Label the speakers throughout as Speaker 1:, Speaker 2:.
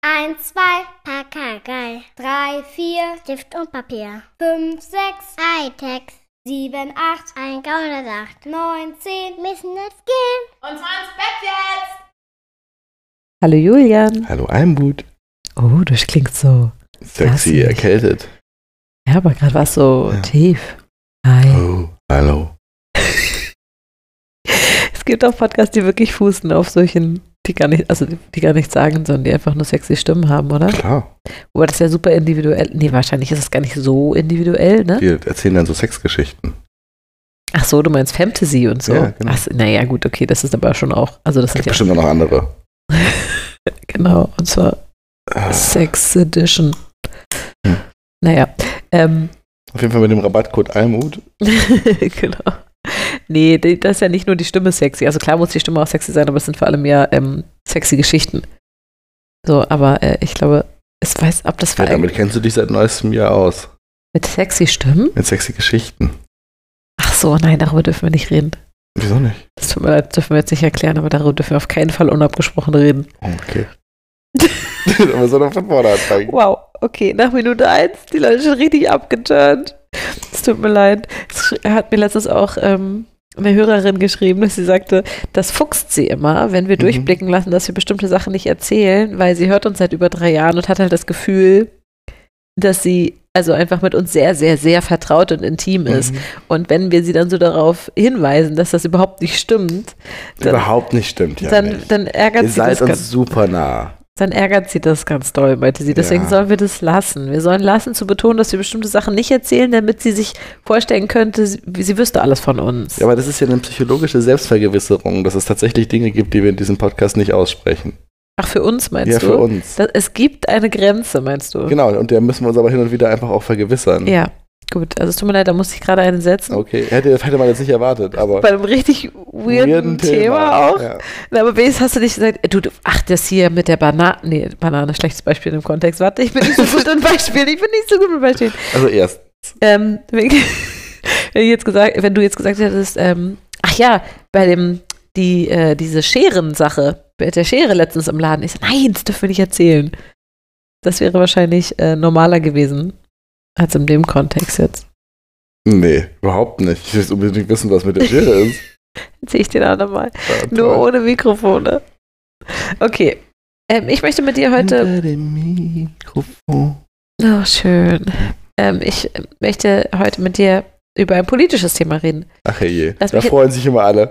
Speaker 1: Eins, zwei, Pakagei.
Speaker 2: Drei, vier,
Speaker 1: Stift und Papier.
Speaker 2: fünf, sechs,
Speaker 1: Hightech.
Speaker 2: sieben, acht,
Speaker 1: Ein Gaunersacht.
Speaker 2: neun, zehn.
Speaker 1: Müssen jetzt gehen.
Speaker 3: Und zwar ins Bett jetzt!
Speaker 4: Hallo Julian.
Speaker 5: Hallo Almut.
Speaker 4: Oh, das klingt so.
Speaker 5: Sexy,
Speaker 4: Was?
Speaker 5: erkältet.
Speaker 4: Ja, aber gerade war es so
Speaker 5: Ja.
Speaker 4: tief. Hi.
Speaker 5: Oh, hallo.
Speaker 4: Es gibt auch Podcasts, die wirklich fußen auf solchen, die gar nicht, also die gar nichts sagen, sondern die einfach nur sexy Stimmen haben, oder?
Speaker 5: Klar.
Speaker 4: Wobei das ja super individuell. Nee, wahrscheinlich ist es gar nicht so individuell, ne?
Speaker 5: Die erzählen dann so Sexgeschichten.
Speaker 4: Ach so, du meinst Fantasy und so.
Speaker 5: Ja, genau.
Speaker 4: Ach, so, naja, gut, okay, das ist aber schon auch. Also das
Speaker 5: Gibt
Speaker 4: sind ja
Speaker 5: bestimmt auch noch andere.
Speaker 4: genau, und zwar
Speaker 5: Ah,
Speaker 4: Sex Edition.
Speaker 5: Hm.
Speaker 4: Naja, ähm,
Speaker 5: Auf jeden Fall mit dem Rabattcode Almut.
Speaker 4: genau. Nee, die- das ist ja nicht nur die Stimme sexy. Also klar muss die Stimme auch sexy sein, aber es sind vor allem ja ähm, sexy Geschichten. So, aber äh, ich glaube, es weiß, ob das
Speaker 5: Ja,
Speaker 4: war
Speaker 5: damit kennst du dich seit neuestem Jahr aus.
Speaker 4: mit sexy Stimmen.
Speaker 5: Mit sexy Geschichten.
Speaker 4: Ach so, nein, darüber dürfen wir nicht reden.
Speaker 5: Wieso nicht?
Speaker 4: Das tut mir leid, dürfen wir jetzt nicht erklären, aber darüber dürfen wir auf keinen Fall unabgesprochen reden.
Speaker 5: Oh, okay. Aber so noch von vorne anfangen.
Speaker 4: Wow, okay, nach Minute 1, die Leute sind richtig abgeturnt. Es tut mir leid. Es sch- hat mir letztens auch ähm, eine Hörerin geschrieben, dass sie sagte, das fuchst sie immer, wenn wir
Speaker 5: Mhm.
Speaker 4: durchblicken lassen, dass wir bestimmte Sachen nicht erzählen, weil sie hört uns seit über drei Jahren und hat halt das Gefühl, dass sie also einfach mit uns sehr, sehr, sehr vertraut und intim ist.
Speaker 5: Mhm.
Speaker 4: Und wenn wir sie dann so darauf hinweisen, dass das überhaupt nicht stimmt, dann,
Speaker 5: Überhaupt nicht stimmt, ja.
Speaker 4: dann,
Speaker 5: nicht.
Speaker 4: dann ärgert
Speaker 5: Ihr
Speaker 4: sie das
Speaker 5: seid
Speaker 4: ganz
Speaker 5: uns super nah.
Speaker 4: dann ärgert sie das ganz doll, meinte sie. Deswegen
Speaker 5: Ja.
Speaker 4: sollen wir das lassen. Wir sollen lassen zu betonen, dass wir bestimmte Sachen nicht erzählen, damit sie sich vorstellen könnte, sie, sie wüsste alles von uns.
Speaker 5: Ja, aber das ist ja eine psychologische Selbstvergewisserung, dass es tatsächlich Dinge gibt, die wir in diesem Podcast nicht aussprechen.
Speaker 4: Ach, für uns meinst
Speaker 5: ja,
Speaker 4: du?
Speaker 5: für uns.
Speaker 4: Da- es gibt eine Grenze, meinst du?
Speaker 5: Genau, und der müssen wir uns aber hin und wieder einfach auch vergewissern.
Speaker 4: Ja, gut. Also es tut mir leid, da musste ich gerade einen setzen.
Speaker 5: Okay, hätte, hätte man jetzt nicht erwartet, aber.
Speaker 4: Bei einem richtig weirden, Thema. auch.
Speaker 5: Ja.
Speaker 4: Na, aber wenigstens hast du nicht gesagt, du, du, ach, das hier mit der Banane, nee, Banane, schlechtes Beispiel im Kontext. Warte, ich bin nicht so gut in Beispielen, ich bin nicht so gut mit Beispielen.
Speaker 5: Also erst.
Speaker 4: Ähm, wenn, wenn, ich jetzt gesagt, wenn du jetzt gesagt hättest, ähm, ach ja, bei dem, die, äh, diese Scheren-Sache, mit der Schere letztens im Laden, ich so, nein, das dürfen wir nicht erzählen. Das wäre wahrscheinlich äh, normaler gewesen, als in dem Kontext jetzt.
Speaker 5: Nee, überhaupt nicht. Ich will unbedingt wissen, was mit der Schere ist.
Speaker 4: Erzähl ich den anderen mal.
Speaker 5: Ja,
Speaker 4: Nur
Speaker 5: toll.
Speaker 4: ohne Mikrofone. Okay. Ähm, ich möchte mit dir heute
Speaker 5: Hinter dem Mikrofon.
Speaker 4: Oh, schön. Ähm, ich möchte heute mit dir über ein politisches Thema reden.
Speaker 5: Ach je,
Speaker 4: Lass
Speaker 5: da
Speaker 4: mich-
Speaker 5: freuen sich immer alle.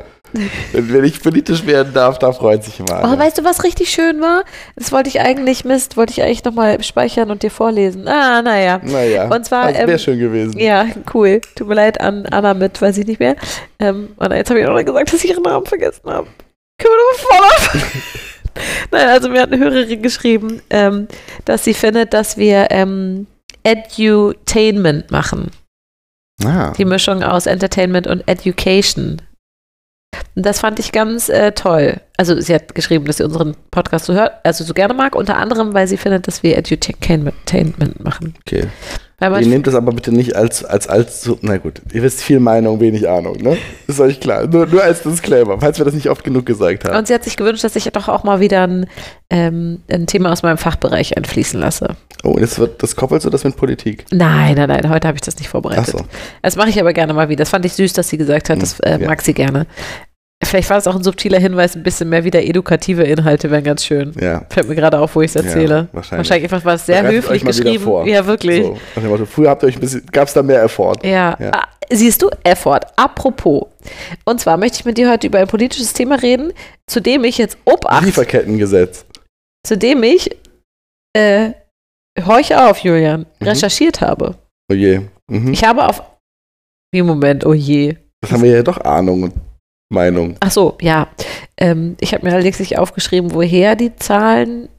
Speaker 5: Wenn, wenn ich politisch werden darf, da freuen sich immer alle.
Speaker 4: Oh, weißt du, was richtig schön war? Das wollte ich eigentlich, Mist, wollte ich eigentlich nochmal speichern und dir vorlesen. Ah, naja.
Speaker 5: naja,
Speaker 4: Und zwar,
Speaker 5: also, wäre
Speaker 4: ähm,
Speaker 5: schön gewesen.
Speaker 4: Ja, cool. Tut mir leid an Anna mit, weiß ich nicht mehr. Ähm, und jetzt habe ich auch noch gesagt, dass ich ihren Namen vergessen habe. Können wir nochmal vorne Nein, also mir hat eine Hörerin geschrieben, ähm, dass sie findet, dass wir ähm, Edutainment machen.
Speaker 5: Ah,
Speaker 4: Die Mischung aus Entertainment und Education. Und das fand ich ganz äh, toll. Also sie hat geschrieben, dass sie unseren Podcast so hört, also so gerne mag, unter anderem, weil sie findet, dass wir Edutainment machen.
Speaker 5: okay.
Speaker 4: Weil
Speaker 5: Ihr
Speaker 4: man,
Speaker 5: nehmt das aber bitte nicht als, als, als so, na gut, ihr wisst viel Meinung, wenig Ahnung, ne? Ist euch klar. Nur, nur als Disclaimer, falls wir das nicht oft genug gesagt haben.
Speaker 4: und sie hat sich gewünscht, dass ich doch auch mal wieder ein, ähm, ein Thema aus meinem Fachbereich einfließen lasse.
Speaker 5: Oh, und jetzt wird, das koppelst du das mit Politik?
Speaker 4: Nein, nein, nein, heute habe ich das nicht vorbereitet.
Speaker 5: Achso,
Speaker 4: Das mache ich aber gerne mal wieder. Das fand ich süß, dass sie gesagt hat, das äh,
Speaker 5: Ja.
Speaker 4: mag sie gerne. Vielleicht war es auch ein subtiler Hinweis, ein bisschen mehr wieder edukative Inhalte wären ganz schön.
Speaker 5: ja.
Speaker 4: Fällt mir gerade auf, wo ich es erzähle.
Speaker 5: Ja, wahrscheinlich.
Speaker 4: Wahrscheinlich einfach war es sehr
Speaker 5: Bereitet
Speaker 4: höflich
Speaker 5: euch mal wieder
Speaker 4: geschrieben.
Speaker 5: vor.
Speaker 4: Ja, wirklich.
Speaker 5: So, nach dem Motto, früher habt ihr euch ein bisschen, gab es da mehr Effort.
Speaker 4: Ja.
Speaker 5: Ja.
Speaker 4: Ah, siehst du, Effort. Apropos. Und zwar möchte ich mit dir heute über ein politisches Thema reden, zu dem ich jetzt Obacht,
Speaker 5: Lieferkettengesetz.
Speaker 4: zu dem ich äh, horch auf, Julian,
Speaker 5: Mhm.
Speaker 4: recherchiert habe.
Speaker 5: Oh je. Mhm.
Speaker 4: Ich habe auf wie Moment, oh je.
Speaker 5: Das haben wir ja doch Ahnung und Meinung.
Speaker 4: Ach so, ja. Ähm, ich habe mir allerdings nicht aufgeschrieben, woher die Zahlen.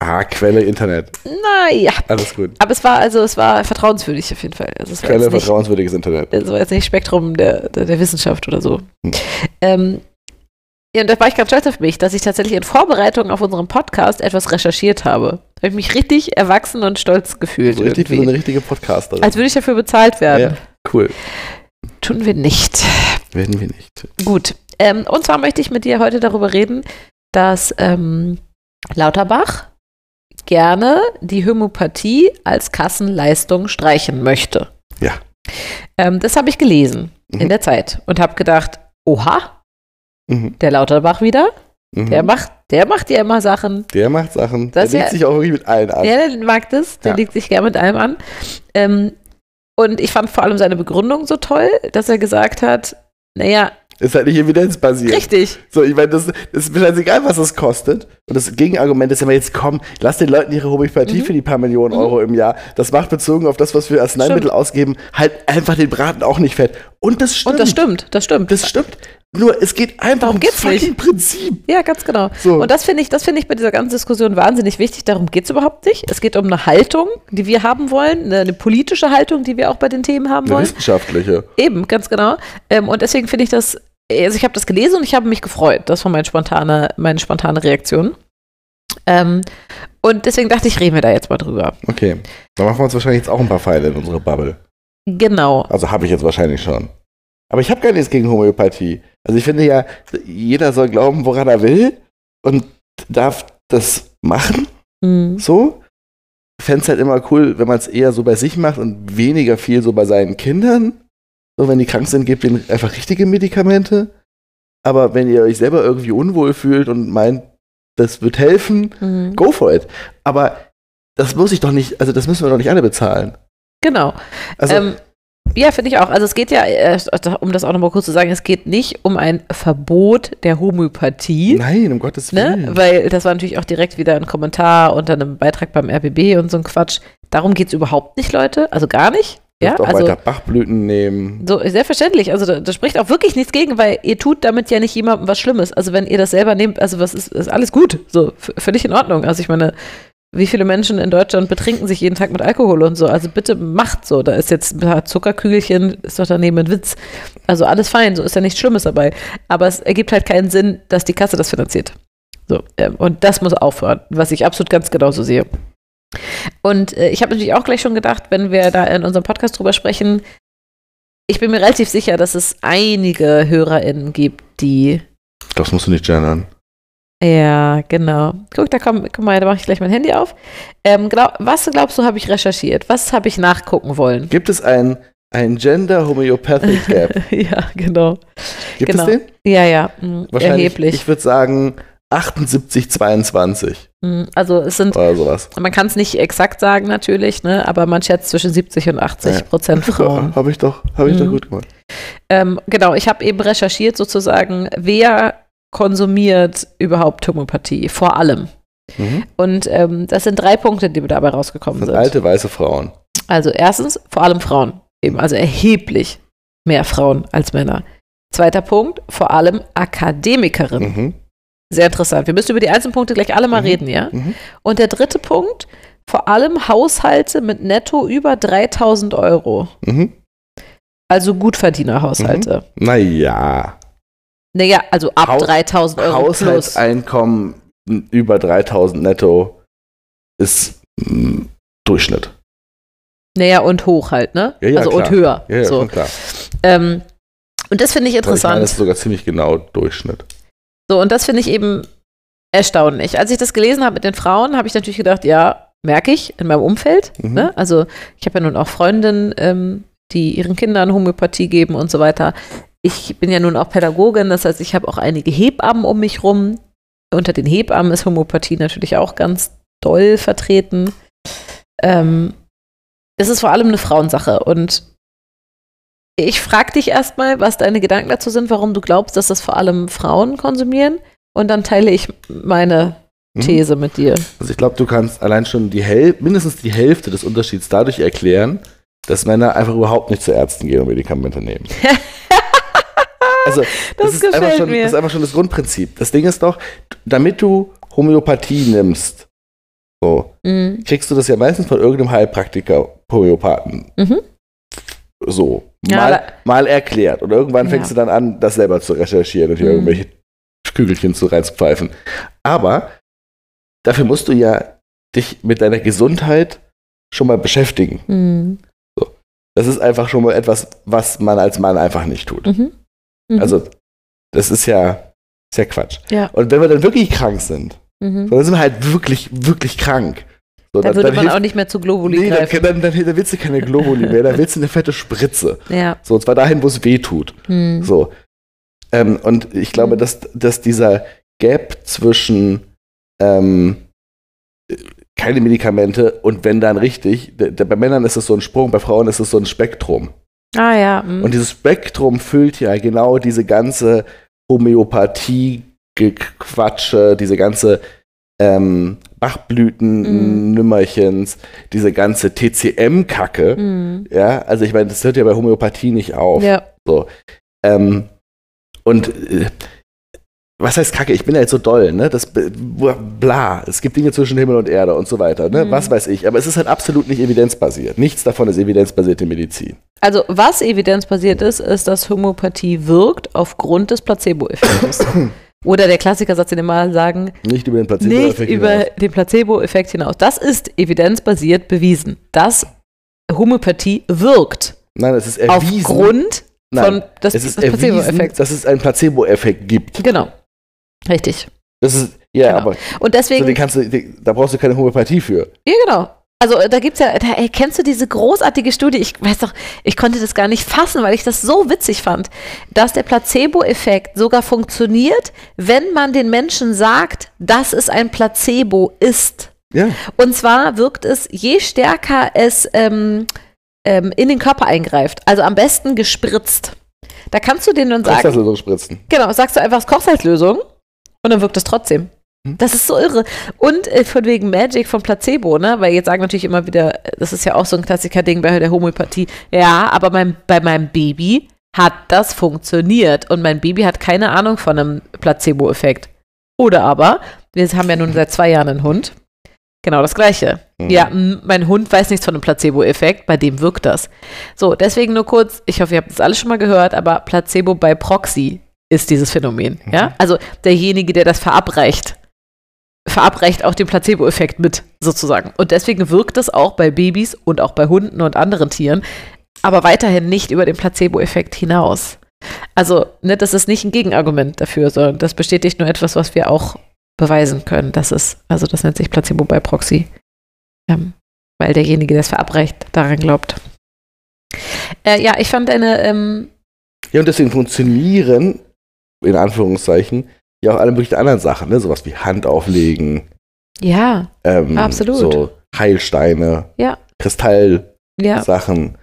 Speaker 5: Ah, Quelle Internet.
Speaker 4: Naja.
Speaker 5: Alles gut.
Speaker 4: Aber es war also, es war vertrauenswürdig auf jeden Fall. Also es war
Speaker 5: Quelle
Speaker 4: jetzt nicht,
Speaker 5: vertrauenswürdiges Internet.
Speaker 4: das war jetzt nicht Spektrum der, der, der Wissenschaft oder so.
Speaker 5: Hm.
Speaker 4: Ähm, ja, und da war ich ganz stolz auf mich, dass ich tatsächlich in Vorbereitung auf unseren Podcast etwas recherchiert habe. Da habe ich mich richtig erwachsen und stolz gefühlt.
Speaker 5: So richtig wie so
Speaker 4: irgendwie.
Speaker 5: eine richtige Podcasterin.
Speaker 4: Als würde ich dafür bezahlt werden.
Speaker 5: ja, cool.
Speaker 4: Tun wir nicht.
Speaker 5: Werden wir nicht.
Speaker 4: Gut. Ähm, und zwar möchte ich mit dir heute darüber reden, dass ähm, Lauterbach gerne die Homöopathie als Kassenleistung streichen möchte.
Speaker 5: Ja.
Speaker 4: Ähm, das habe ich gelesen in
Speaker 5: Mhm.
Speaker 4: der Zeit und habe gedacht, oha,
Speaker 5: Mhm,
Speaker 4: der Lauterbach wieder,
Speaker 5: mhm.
Speaker 4: der macht, der macht ja immer Sachen.
Speaker 5: Der macht Sachen.
Speaker 4: Das
Speaker 5: der legt
Speaker 4: ja-
Speaker 5: sich auch wirklich mit allen an.
Speaker 4: Ja, der mag das, der
Speaker 5: Ja.
Speaker 4: legt sich gerne mit allem an. Ähm, und ich fand vor allem seine Begründung so toll, dass er gesagt hat, naja,
Speaker 5: Ist halt nicht evidenzbasiert.
Speaker 4: richtig,
Speaker 5: So, ich meine, das, das ist mir scheißegal, was das kostet. Und das Gegenargument ist immer jetzt, komm, lass den Leuten ihre Homöopathie
Speaker 4: Mhm.
Speaker 5: für die paar Millionen
Speaker 4: Mhm.
Speaker 5: Euro im Jahr. Das macht bezogen auf das, was wir als Arzneimittel ausgeben, halt einfach den Braten auch nicht fett. Und das stimmt.
Speaker 4: Und das stimmt, das stimmt.
Speaker 5: Das stimmt. Nur, es geht einfach
Speaker 4: Darum
Speaker 5: um
Speaker 4: geht's
Speaker 5: fucking Prinzip.
Speaker 4: ja, ganz genau.
Speaker 5: So.
Speaker 4: Und das finde ich, das finde ich bei dieser ganzen Diskussion wahnsinnig wichtig. Darum geht es überhaupt nicht. Es geht um eine Haltung, die wir haben wollen, eine, eine politische Haltung, die wir auch bei den Themen haben
Speaker 5: Eine
Speaker 4: wollen.
Speaker 5: wissenschaftliche.
Speaker 4: Eben, ganz genau. Ähm, und deswegen finde ich das, also ich habe das gelesen und ich habe mich gefreut. Das war meine spontane, meine spontane Reaktion. Ähm, und deswegen dachte ich, reden wir da jetzt mal drüber.
Speaker 5: Okay. Dann machen wir uns wahrscheinlich jetzt auch ein paar Pfeile in unsere Bubble.
Speaker 4: Genau.
Speaker 5: Also habe ich jetzt wahrscheinlich schon. Aber ich habe gar nichts gegen Homöopathie. Also ich finde ja, jeder soll glauben, woran er will und darf das machen.
Speaker 4: Mhm.
Speaker 5: So. Fände es halt immer cool, wenn man es eher so bei sich macht und weniger viel so bei seinen Kindern. So, wenn die krank sind, gebt ihnen einfach richtige Medikamente. Aber wenn ihr euch selber irgendwie unwohl fühlt und meint, das wird helfen,
Speaker 4: Mhm.
Speaker 5: go for it. Aber das muss ich doch nicht, also das müssen wir doch nicht alle bezahlen.
Speaker 4: Genau.
Speaker 5: Also,
Speaker 4: ähm, ja, finde ich auch. Also es geht ja, äh, um das auch nochmal kurz zu sagen, es geht nicht um ein Verbot der Homöopathie.
Speaker 5: nein, um Gottes Willen.
Speaker 4: Ne? Weil das war natürlich auch direkt wieder ein Kommentar unter einem Beitrag beim RBB und so ein Quatsch. Darum geht es überhaupt nicht, Leute. Also gar nicht. Ja,
Speaker 5: Dürft auch
Speaker 4: also
Speaker 5: weiter Bachblüten nehmen.
Speaker 4: So, selbstverständlich. Also da, da spricht auch wirklich nichts gegen, weil ihr tut damit ja nicht jemandem was Schlimmes. Also wenn ihr das selber nehmt, also was ist, ist alles gut. So, v- völlig in Ordnung. Also ich meine, wie viele Menschen in Deutschland betrinken sich jeden Tag mit Alkohol und so. Also bitte macht so. Da ist jetzt ein paar Zuckerkügelchen, ist doch daneben ein Witz. Also alles fein, so ist ja nichts Schlimmes dabei. Aber es ergibt halt keinen Sinn, dass die Kasse das finanziert. So, ähm, und das muss aufhören, was ich absolut ganz genauso sehe. Und äh, ich habe natürlich auch gleich schon gedacht, wenn wir da in unserem Podcast drüber sprechen, ich bin mir relativ sicher, dass es einige HörerInnen gibt, die.
Speaker 5: Das musst du nicht gendern.
Speaker 4: Ja, genau. Guck, da komm, guck mal, da mache ich gleich mein Handy auf. Ähm, glaub, was glaubst du, habe ich recherchiert? Was habe ich nachgucken wollen?
Speaker 5: Gibt es ein, ein Gender Homeopathic Gap?
Speaker 4: ja, genau.
Speaker 5: Gibt
Speaker 4: Genau.
Speaker 5: es den?
Speaker 4: Ja, ja. mm,
Speaker 5: Wahrscheinlich.
Speaker 4: erheblich.
Speaker 5: Ich würde sagen 78, 22
Speaker 4: Mm, also es sind,
Speaker 5: oder sowas.
Speaker 4: man kann es nicht exakt sagen natürlich, ne? aber man schätzt zwischen 70 und 80
Speaker 5: Ja.
Speaker 4: Prozent Frauen.
Speaker 5: Habe ich doch, habe ich doch
Speaker 4: Mhm.
Speaker 5: gut gemacht.
Speaker 4: Ähm, genau, ich habe eben recherchiert sozusagen, wer konsumiert überhaupt Homöopathie, vor allem.
Speaker 5: Mhm.
Speaker 4: Und ähm, das sind drei Punkte, die dabei rausgekommen
Speaker 5: Das sind
Speaker 4: sind.
Speaker 5: alte weiße Frauen.
Speaker 4: Also erstens, vor allem Frauen. Eben, also erheblich mehr Frauen als Männer. Zweiter Punkt, vor allem Akademikerinnen.
Speaker 5: Mhm.
Speaker 4: Sehr interessant. Wir müssen über die einzelnen Punkte gleich alle mal
Speaker 5: Mhm.
Speaker 4: reden, ja?
Speaker 5: Mhm.
Speaker 4: Und der dritte Punkt, vor allem Haushalte mit netto über 3000 Euro.
Speaker 5: Mhm.
Speaker 4: Also Gutverdienerhaushalte.
Speaker 5: Naja,
Speaker 4: Naja, also ab
Speaker 5: Haus-
Speaker 4: 3000 Euro plus.
Speaker 5: Haushaltseinkommen über 3000 netto ist mm, Durchschnitt.
Speaker 4: Naja, und hoch halt, ne?
Speaker 5: Ja, ja,
Speaker 4: also und
Speaker 5: klar.
Speaker 4: höher.
Speaker 5: Ja, ja,
Speaker 4: so.
Speaker 5: schon klar.
Speaker 4: ähm, und das finde ich
Speaker 5: Ich meine, das ist
Speaker 4: interessant.
Speaker 5: sogar ziemlich genau Durchschnitt.
Speaker 4: So, und das finde ich eben erstaunlich. Als ich das gelesen habe mit den Frauen, habe ich natürlich gedacht, ja, merke ich in meinem Umfeld.
Speaker 5: Mhm.
Speaker 4: Ne? Also ich habe ja nun auch Freundinnen, ähm, die ihren Kindern Homöopathie geben und so weiter. Ich bin ja nun auch Pädagogin, das heißt, ich habe auch einige Hebammen um mich rum. Unter den Hebammen ist Homöopathie natürlich auch ganz doll vertreten. Ähm, es ist vor allem eine Frauensache und ich frage dich erstmal, was deine Gedanken dazu sind, warum du glaubst, dass das vor allem Frauen konsumieren und dann teile ich meine
Speaker 5: Mhm.
Speaker 4: These mit dir.
Speaker 5: Also ich glaube, du kannst allein schon die Häl mindestens die Hälfte des Unterschieds dadurch erklären, dass Männer einfach überhaupt nicht zu Ärzten gehen und Medikamente nehmen. also das,
Speaker 4: Das
Speaker 5: ist, einfach
Speaker 4: gefällt
Speaker 5: schon,
Speaker 4: mir.
Speaker 5: das ist einfach schon das Grundprinzip. Das Ding ist doch, damit du Homöopathie nimmst, so,
Speaker 4: Mhm.
Speaker 5: kriegst du das ja meistens von irgendeinem Heilpraktiker, Homöopathen.
Speaker 4: Mhm.
Speaker 5: So,
Speaker 4: Ja,
Speaker 5: mal,
Speaker 4: aber-
Speaker 5: mal erklärt. Und irgendwann
Speaker 4: Ja.
Speaker 5: fängst du dann an, das selber zu recherchieren und hier
Speaker 4: Mhm.
Speaker 5: irgendwelche Kügelchen zu reinzupfeifen. Aber dafür musst du ja dich mit deiner Gesundheit schon mal beschäftigen.
Speaker 4: Mhm.
Speaker 5: Das ist einfach schon mal etwas, was man als Mann einfach nicht tut.
Speaker 4: Mhm. Mhm.
Speaker 5: Also, das ist ja, ist ja Quatsch.
Speaker 4: Ja.
Speaker 5: Und wenn wir dann wirklich krank sind,
Speaker 4: Mhm.
Speaker 5: dann sind wir halt wirklich, wirklich krank. So,
Speaker 4: Da würde man
Speaker 5: hilft-
Speaker 4: auch nicht mehr zu Globuli
Speaker 5: Nee, dann,
Speaker 4: greifen.
Speaker 5: dann, dann, dann willst du keine Globuli mehr, dann willst du eine fette Spritze.
Speaker 4: Ja.
Speaker 5: So, und zwar dahin, wo es weh tut.
Speaker 4: Hm.
Speaker 5: So. Ähm, und ich glaube,
Speaker 4: Mhm.
Speaker 5: dass, dass dieser Gap zwischen ähm, äh, keine Medikamente und wenn dann richtig, d- d- bei Männern ist es so ein Sprung, bei Frauen ist es so ein Spektrum.
Speaker 4: Ah ja. hm.
Speaker 5: Und dieses Spektrum füllt ja genau diese ganze Homöopathie-Gequatsche, diese ganze ähm, Bachblüten-Nümmerchens,
Speaker 4: Mhm.
Speaker 5: diese ganze TCM-Kacke.
Speaker 4: Hm.
Speaker 5: Ja, also ich meine, das hört ja bei Homöopathie nicht auf.
Speaker 4: Ja.
Speaker 5: Ähm, und äh, was heißt Kacke? Ich bin ja jetzt so doll, ne? Das b- bla, es gibt Dinge zwischen Himmel und Erde und so weiter, ne?
Speaker 4: Mhm.
Speaker 5: Was weiß ich. Aber es ist halt absolut nicht evidenzbasiert. Nichts davon ist evidenzbasierte Medizin.
Speaker 4: Also was evidenzbasiert ist, ist, dass Homöopathie wirkt aufgrund des Placebo-Effektes. Oder der Klassikersatz, den immer sagen,
Speaker 5: Nicht über den
Speaker 4: nicht
Speaker 5: Placebo-Effekt
Speaker 4: über
Speaker 5: hinaus.
Speaker 4: den Placebo-Effekt hinaus. Das ist evidenzbasiert bewiesen, dass Homöopathie wirkt
Speaker 5: Nein, es ist erwiesen.
Speaker 4: aufgrund
Speaker 5: Nein,
Speaker 4: von des,
Speaker 5: es ist
Speaker 4: des
Speaker 5: erwiesen,
Speaker 4: Placebo-Effekts.
Speaker 5: dass es einen Placebo-Effekt gibt.
Speaker 4: Genau. Richtig.
Speaker 5: Das ist, ja,
Speaker 4: Genau.
Speaker 5: aber
Speaker 4: Und
Speaker 5: so,
Speaker 4: deswegen
Speaker 5: Also, den kannst du, den, da brauchst du keine Homöopathie für.
Speaker 4: Ja, genau. Also äh, da gibt's ja, da, ey, kennst du diese großartige Studie? Ich weiß doch, ich konnte das gar nicht fassen, weil ich das so witzig fand, dass der Placebo-Effekt sogar funktioniert, wenn man den Menschen sagt, dass es ein Placebo ist.
Speaker 5: Ja,
Speaker 4: Und zwar wirkt es, je stärker es ähm, ähm, in den Körper eingreift, also am besten gespritzt. Da kannst du denen dann sagen,
Speaker 5: Kochsalzlösung spritzen.
Speaker 4: Genau, sagst du einfach Kochsalzlösung und dann wirkt es trotzdem.
Speaker 5: Hm.
Speaker 4: Das ist so irre. Und äh, von wegen Magic von Placebo, ne? Weil jetzt sagen natürlich immer wieder, äh, das ist ja auch so ein Klassiker-Ding bei der Homöopathie. Ja, aber mein, bei meinem Baby hat das funktioniert und mein Baby hat keine Ahnung von einem Placebo-Effekt. Oder aber, wir haben ja nun seit zwei Jahren einen Hund. Genau das Gleiche.
Speaker 5: Mhm.
Speaker 4: Ja, m, mein Hund weiß nichts von einem Placebo-Effekt, bei dem wirkt das. So, deswegen nur kurz, ich hoffe, ihr habt das alles schon mal gehört, aber Placebo bei Proxy ist dieses Phänomen.
Speaker 5: Mhm.
Speaker 4: Ja? Also derjenige, der das verabreicht, verabreicht auch den Placebo-Effekt mit, sozusagen. Und deswegen wirkt das auch bei Babys und auch bei Hunden und anderen Tieren, aber weiterhin nicht über den Placebo-Effekt hinaus. Also, ne, das ist nicht ein Gegenargument dafür, sondern das bestätigt nur etwas, was wir auch beweisen können. Das ist, also das nennt sich Placebo bei Proxy. Ähm, weil derjenige, der es verabreicht, daran glaubt. Äh, ja, ich fand eine, ähm,
Speaker 5: Ja, und deswegen funktionieren, in Anführungszeichen, ja auch alle möglichen anderen Sachen, ne? Sowas wie Hand auflegen,
Speaker 4: ja,
Speaker 5: ähm,
Speaker 4: Absolut.
Speaker 5: so Heilsteine,
Speaker 4: Ja.
Speaker 5: Kristallsachen.
Speaker 4: ja,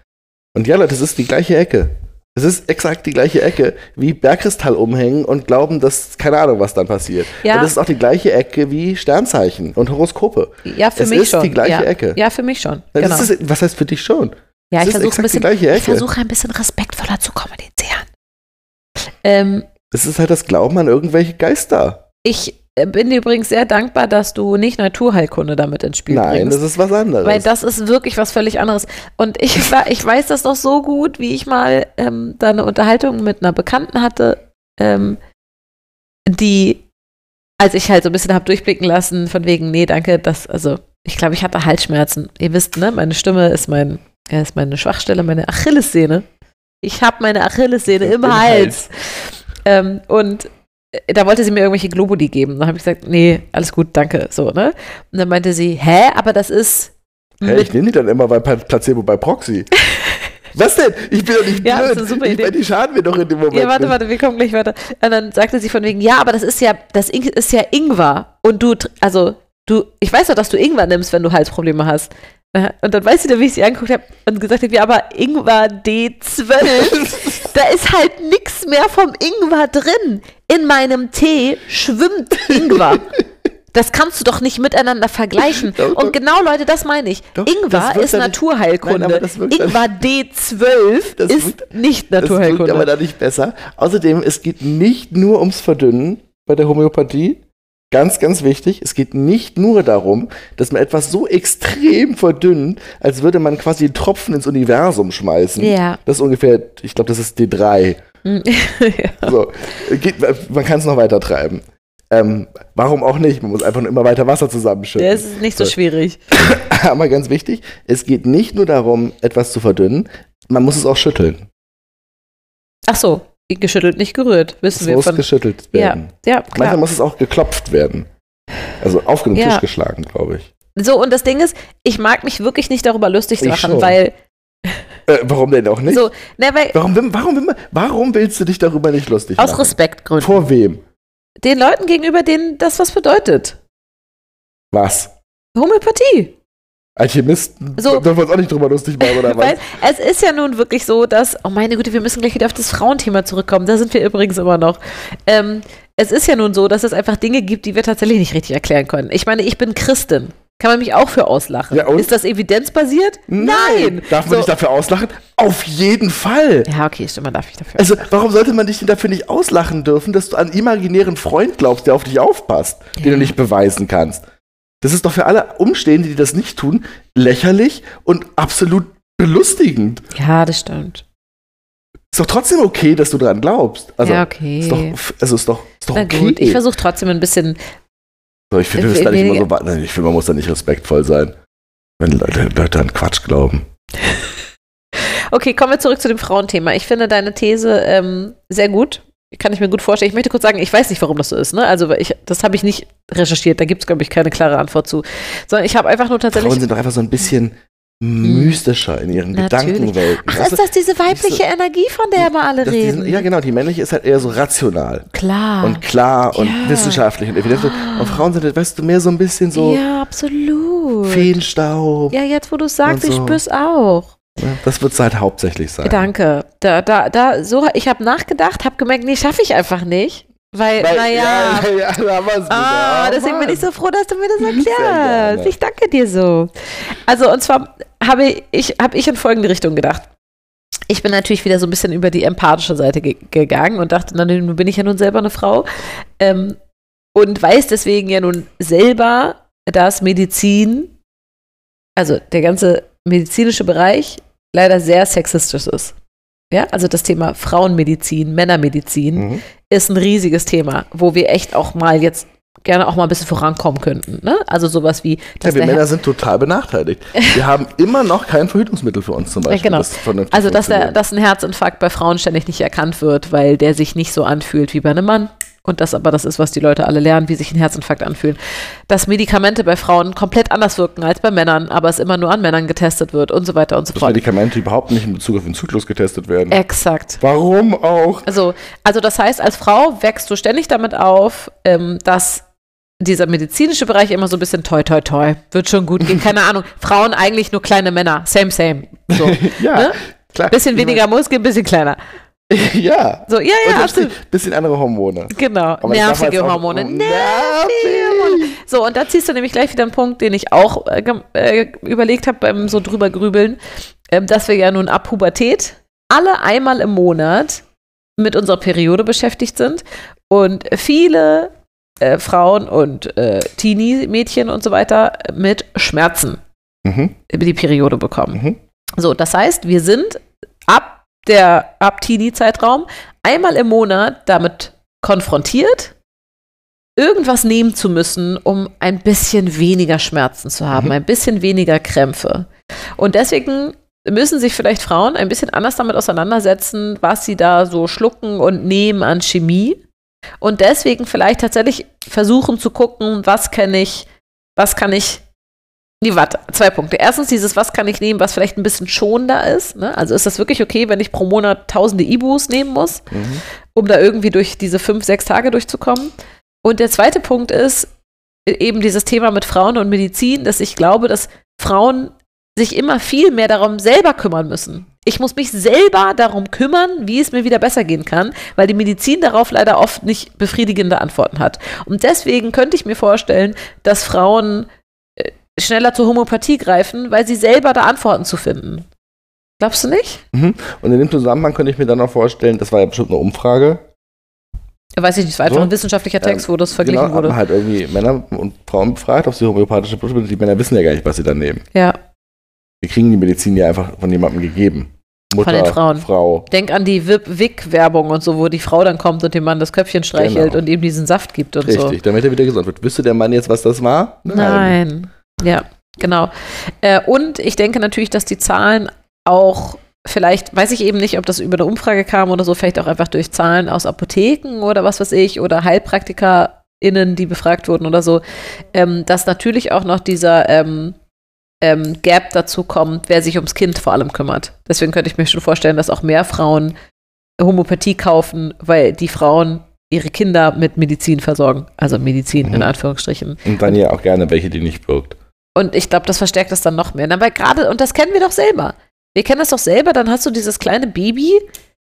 Speaker 5: Und ja, Leute, das ist die gleiche Ecke. Es ist exakt die gleiche Ecke wie Bergkristall umhängen und glauben, dass keine Ahnung, was dann passiert.
Speaker 4: Ja.
Speaker 5: Und das ist auch die gleiche Ecke wie Sternzeichen und Horoskope.
Speaker 4: ja, für
Speaker 5: es
Speaker 4: mich
Speaker 5: ist
Speaker 4: schon.
Speaker 5: die gleiche
Speaker 4: ja.
Speaker 5: Ecke.
Speaker 4: ja, für mich schon.
Speaker 5: Das
Speaker 4: Genau.
Speaker 5: ist, was heißt für dich schon?
Speaker 4: Ja,
Speaker 5: es
Speaker 4: ich
Speaker 5: ist
Speaker 4: versuche ein
Speaker 5: exakt die
Speaker 4: bisschen,
Speaker 5: gleiche
Speaker 4: ich
Speaker 5: Ecke.
Speaker 4: versuche ein bisschen respektvoller zu kommunizieren. Ähm,
Speaker 5: Es ist halt das Glauben an irgendwelche Geister.
Speaker 4: ich äh, bin dir übrigens sehr dankbar, dass du nicht Naturheilkunde damit ins Spiel
Speaker 5: Nein,
Speaker 4: bringst.
Speaker 5: das ist was anderes.
Speaker 4: Weil das ist wirklich was völlig anderes. Und ich, war, ich weiß das noch so gut, wie ich mal ähm, da eine Unterhaltung mit einer Bekannten hatte, ähm, die, als ich halt so ein bisschen habe durchblicken lassen, von wegen, nee, danke, das, also, ich glaube, ich hatte Halsschmerzen. Ihr wisst, ne, meine Stimme ist mein, ja, ist meine Schwachstelle, meine Achillessehne. Ich habe meine Achillessehne im,
Speaker 5: Im
Speaker 4: Hals. Ähm, und äh, da wollte sie mir irgendwelche Globuli geben. Da habe ich gesagt, nee, alles gut, danke. So, ne? Und dann meinte sie, hä, aber das ist
Speaker 5: Hä, ich nehme die dann immer bei Pa- Placebo bei Proxy. Was denn? Ich bin doch nicht
Speaker 4: Ja,
Speaker 5: blöd.
Speaker 4: das ist eine super
Speaker 5: ich,
Speaker 4: Idee.
Speaker 5: meine, Die schaden mir doch in dem Moment.
Speaker 4: Ja, warte,
Speaker 5: nicht.
Speaker 4: warte, wir kommen gleich weiter. Und dann sagte sie von wegen, ja, aber das ist ja, das Ing- ist ja Ingwer. Und du, tr- also, du, ich weiß doch, dass du Ingwer nimmst, wenn du Halsprobleme hast. Äh, Und dann weiß sie dann, wie ich sie angeguckt habe und gesagt habe, ja, aber Ingwer D12, da ist halt nichts mehr vom Ingwer drin. In meinem Tee schwimmt Ingwer. Das kannst du doch nicht miteinander vergleichen.
Speaker 5: Doch, doch.
Speaker 4: Und genau, Leute, das meine ich.
Speaker 5: Doch, das
Speaker 4: Ingwer ist
Speaker 5: wirkt ja nicht- Nein,
Speaker 4: Naturheilkunde.
Speaker 5: aber das wirkt ja
Speaker 4: Ingwer D12
Speaker 5: Das
Speaker 4: ist
Speaker 5: wirkt-
Speaker 4: nicht
Speaker 5: Das wirkt
Speaker 4: Naturheilkunde.
Speaker 5: aber da nicht besser. Außerdem, es geht nicht nur ums Verdünnen bei der Homöopathie. Ganz, ganz wichtig, es geht nicht nur darum, dass man etwas so extrem verdünnt, als würde man quasi einen Tropfen ins Universum schmeißen.
Speaker 4: Ja.
Speaker 5: Das ist ungefähr, ich glaube, das ist D3.
Speaker 4: ja.
Speaker 5: So, geht, man kann es noch weiter treiben. Ähm, warum auch nicht? Man muss einfach nur immer weiter Wasser zusammenschütten.
Speaker 4: Der ist nicht so
Speaker 5: So.
Speaker 4: schwierig.
Speaker 5: Aber ganz wichtig, es geht nicht nur darum, etwas zu verdünnen, man muss es auch schütteln.
Speaker 4: Ach so, geschüttelt, nicht gerührt, wissen
Speaker 5: Es
Speaker 4: wir
Speaker 5: muss
Speaker 4: von.
Speaker 5: geschüttelt
Speaker 4: Ja,
Speaker 5: werden.
Speaker 4: ja,
Speaker 5: Manchmal
Speaker 4: klar.
Speaker 5: muss es auch geklopft werden. Also auf den
Speaker 4: Ja.
Speaker 5: Tisch geschlagen, glaube ich.
Speaker 4: So, und das Ding ist, ich mag mich wirklich nicht darüber lustig
Speaker 5: Ich
Speaker 4: machen,
Speaker 5: schon.
Speaker 4: weil,
Speaker 5: Äh, warum denn auch nicht?
Speaker 4: so, ne, weil,
Speaker 5: Warum, will- warum, will man- warum willst du dich darüber nicht lustig
Speaker 4: aus
Speaker 5: machen?
Speaker 4: Respektgründen.
Speaker 5: Vor wem?
Speaker 4: Den Leuten gegenüber, denen das was bedeutet.
Speaker 5: Was?
Speaker 4: Homöopathie.
Speaker 5: Alchemisten?
Speaker 4: So.
Speaker 5: Dürfen wir uns auch nicht drüber lustig machen, oder was?
Speaker 4: Weil es ist ja nun wirklich so, dass, oh meine Güte, wir müssen gleich wieder auf das Frauenthema zurückkommen. Da sind wir übrigens immer noch. Ähm, es ist ja nun so, dass es einfach Dinge gibt, die wir tatsächlich nicht richtig erklären können. Ich meine, ich bin Christin. Kann man mich auch für auslachen?
Speaker 5: Ja, und?
Speaker 4: ist das evidenzbasiert?
Speaker 5: Darf man
Speaker 4: so,
Speaker 5: dich dafür auslachen? Auf jeden Fall!
Speaker 4: Ja, okay, stimmt, man darf mich dafür.
Speaker 5: Also, warum sollte man dich denn dafür nicht auslachen dürfen, dass du an einen imaginären Freund glaubst, der auf dich aufpasst, den du nicht beweisen kannst? Das ist doch für alle Umstehende, die das nicht tun, lächerlich und absolut belustigend.
Speaker 4: ja, das stimmt.
Speaker 5: Ist doch trotzdem okay, dass du daran glaubst. Also,
Speaker 4: ja, okay.
Speaker 5: ist doch, also ist doch, ist doch
Speaker 4: Na
Speaker 5: okay.
Speaker 4: gut, ich versuche trotzdem ein bisschen.
Speaker 5: So, ich finde, wir
Speaker 4: Ich-
Speaker 5: müssen da nicht
Speaker 4: ich-
Speaker 5: immer so, wa- nein, ich finde, man muss da nicht respektvoll sein. Wenn Leute, Leute an Quatsch glauben.
Speaker 4: Okay, kommen wir zurück zu dem Frauenthema. Ich finde deine These ähm, sehr gut. Kann ich mir gut vorstellen. Ich möchte kurz sagen, ich weiß nicht, warum das so ist. Ne? Also, weil ich, das habe ich nicht recherchiert. Da gibt es, glaube ich, keine klare Antwort zu. Sondern ich habe einfach nur
Speaker 5: Frauen
Speaker 4: tatsächlich.
Speaker 5: sind doch einfach so ein bisschen mystischer in ihren
Speaker 4: Natürlich.
Speaker 5: Gedankenwelten.
Speaker 4: Ach,
Speaker 5: Weißt du,
Speaker 4: ist das diese weibliche Energie, von der immer alle
Speaker 5: dass die sind-
Speaker 4: reden?
Speaker 5: ja, genau, die männliche ist halt eher so rational.
Speaker 4: Klar.
Speaker 5: und klar und
Speaker 4: Ja. Ah.
Speaker 5: wissenschaftlich und evidenzbasiert. Und Frauen sind, halt, weißt du, mehr so ein bisschen so
Speaker 4: ja, absolut.
Speaker 5: Feenstaub.
Speaker 4: Ja, jetzt, wo du es sagst,
Speaker 5: Und
Speaker 4: ich
Speaker 5: so.
Speaker 4: spür's auch.
Speaker 5: Ne? Das wird es halt hauptsächlich sein.
Speaker 4: Danke. Da, da, da, so, ich habe nachgedacht, habe gemerkt, nee, schaffe ich einfach nicht. Weil,
Speaker 5: Weil-
Speaker 4: naja.
Speaker 5: ja, ja, da war's wieder.
Speaker 4: Ah,
Speaker 5: Oh,
Speaker 4: deswegen bin
Speaker 5: Mann.
Speaker 4: ich so froh, dass du mir das
Speaker 5: gerne.
Speaker 4: erklärst. Ich danke dir so. Also, und zwar habe ich, habe ich in folgende Richtung gedacht. Ich bin natürlich wieder so ein bisschen über die empathische Seite ge gegangen und dachte, na, nun bin ich ja nun selber eine Frau. Ähm, und weiß deswegen ja nun selber, dass Medizin, also der ganze medizinische Bereich, leider sehr sexistisch ist. Ja, also das Thema Frauenmedizin, Männermedizin
Speaker 5: Mhm.
Speaker 4: ist ein riesiges Thema, wo wir echt auch mal jetzt gerne auch mal ein bisschen vorankommen könnten. Ne? Also sowas wie,
Speaker 5: Ja,
Speaker 4: dass
Speaker 5: wir
Speaker 4: der Herr,
Speaker 5: Männer sind total benachteiligt. Wir haben immer noch kein Verhütungsmittel für uns zum Beispiel.
Speaker 4: genau.
Speaker 5: das vernünftig
Speaker 4: also dass, der,
Speaker 5: funktioniert.
Speaker 4: dass ein Herzinfarkt bei Frauen ständig nicht erkannt wird, weil der sich nicht so anfühlt wie bei einem Mann. Und das aber das ist, was die Leute alle lernen, wie sich ein Herzinfarkt anfühlt. Dass Medikamente bei Frauen komplett anders wirken als bei Männern, aber es immer nur an Männern getestet wird und so weiter und so
Speaker 5: Dass
Speaker 4: fort.
Speaker 5: Medikamente überhaupt nicht in Bezug auf den Zyklus getestet werden.
Speaker 4: Äh. Exakt.
Speaker 5: Warum auch?
Speaker 4: Also, also das heißt, als Frau wächst du ständig damit auf, ähm, dass dieser medizinische Bereich immer so ein bisschen toi toi toi, wird schon gut gehen, keine Ahnung. Frauen eigentlich nur kleine Männer, same same. So.
Speaker 5: Ja,
Speaker 4: Ne?
Speaker 5: klar.
Speaker 4: Bisschen
Speaker 5: Ich mein,
Speaker 4: weniger Muskeln, bisschen kleiner.
Speaker 5: Ja.
Speaker 4: So, ja,
Speaker 5: Und
Speaker 4: ja,
Speaker 5: bisschen,
Speaker 4: absolut.
Speaker 5: bisschen andere Hormone.
Speaker 4: Genau,
Speaker 5: Aber das darf man
Speaker 4: nervige
Speaker 5: jetzt auch- oh,
Speaker 4: Hormone.
Speaker 5: Nervig.
Speaker 4: Nervige Hormone. So, und da ziehst du nämlich gleich wieder einen Punkt, den ich auch äh, gem- äh, überlegt habe beim so drüber grübeln, ähm, dass wir ja nun ab Pubertät alle einmal im Monat mit unserer Periode beschäftigt sind und viele äh, Frauen und äh, Teenie-Mädchen und so weiter mit Schmerzen
Speaker 5: Mhm.
Speaker 4: die Periode bekommen.
Speaker 5: Mhm.
Speaker 4: So, das heißt, wir sind ab der ab Teenie-Zeitraum einmal im Monat damit konfrontiert, irgendwas nehmen zu müssen, um ein bisschen weniger Schmerzen zu haben,
Speaker 5: Mhm.
Speaker 4: ein bisschen weniger Krämpfe. Und deswegen müssen sich vielleicht Frauen ein bisschen anders damit auseinandersetzen, was sie da so schlucken und nehmen an Chemie. Und deswegen vielleicht tatsächlich versuchen zu gucken, was kann ich, was kann ich Nee, warte, zwei Punkte. Erstens dieses, was kann ich nehmen, was vielleicht ein bisschen schonender ist. Ne? Also ist das wirklich okay, wenn ich pro Monat tausende Ibus nehmen muss,
Speaker 5: Mhm.
Speaker 4: um da irgendwie durch diese fünf, sechs Tage durchzukommen? Und der zweite Punkt ist e-, eben dieses Thema mit Frauen und Medizin, dass ich glaube, dass Frauen sich immer viel mehr darum selber kümmern müssen. Ich muss mich selber darum kümmern, wie es mir wieder besser gehen kann, weil die Medizin darauf leider oft nicht befriedigende Antworten hat. Und deswegen könnte ich mir vorstellen, dass Frauen äh, schneller zur Homöopathie greifen, weil sie selber da Antworten zu finden. Glaubst du nicht?
Speaker 5: Mhm. Und in dem Zusammenhang könnte ich mir dann noch vorstellen, das war ja bestimmt eine Umfrage,
Speaker 4: Ja, Weiß ich nicht, es war einfach
Speaker 5: So?
Speaker 4: ein wissenschaftlicher Text,
Speaker 5: Ähm,
Speaker 4: wo das verglichen
Speaker 5: genau, Hat man
Speaker 4: wurde.
Speaker 5: halt irgendwie Männer und Frauen befragt, ob sie homöopathische Produkte Die Männer wissen ja gar nicht, was sie da nehmen.
Speaker 4: Ja.
Speaker 5: Wir kriegen die Medizin ja einfach von jemandem gegeben. Mutter,
Speaker 4: den Frauen.
Speaker 5: Frau.
Speaker 4: Denk an die Wick-Werbung und so, wo die Frau dann kommt und dem Mann das Köpfchen streichelt
Speaker 5: Genau.
Speaker 4: und ihm diesen Saft gibt und so.
Speaker 5: Richtig, damit er wieder gesund wird. Wüsste der Mann jetzt, was das war?
Speaker 4: Nein. Ja, genau. Äh, und ich denke natürlich, dass die Zahlen auch vielleicht, weiß ich eben nicht, ob das über eine Umfrage kam oder so, vielleicht auch einfach durch Zahlen aus Apotheken oder was weiß ich oder HeilpraktikerInnen PatientInnen, die befragt wurden oder so, ähm, dass natürlich auch noch dieser ähm, ähm, Gap dazu kommt, wer sich ums Kind vor allem kümmert. Deswegen könnte ich mir schon vorstellen, dass auch mehr Frauen Homöopathie kaufen, weil die Frauen ihre Kinder mit Medizin versorgen. Also Medizin in
Speaker 5: Mhm.
Speaker 4: Anführungsstrichen.
Speaker 5: Und dann ja auch gerne welche, die nicht wirkt.
Speaker 4: Und ich glaube, das verstärkt das dann noch mehr. Aber gerade, und das kennen wir doch selber. Wir kennen das doch selber, dann hast du dieses kleine Baby.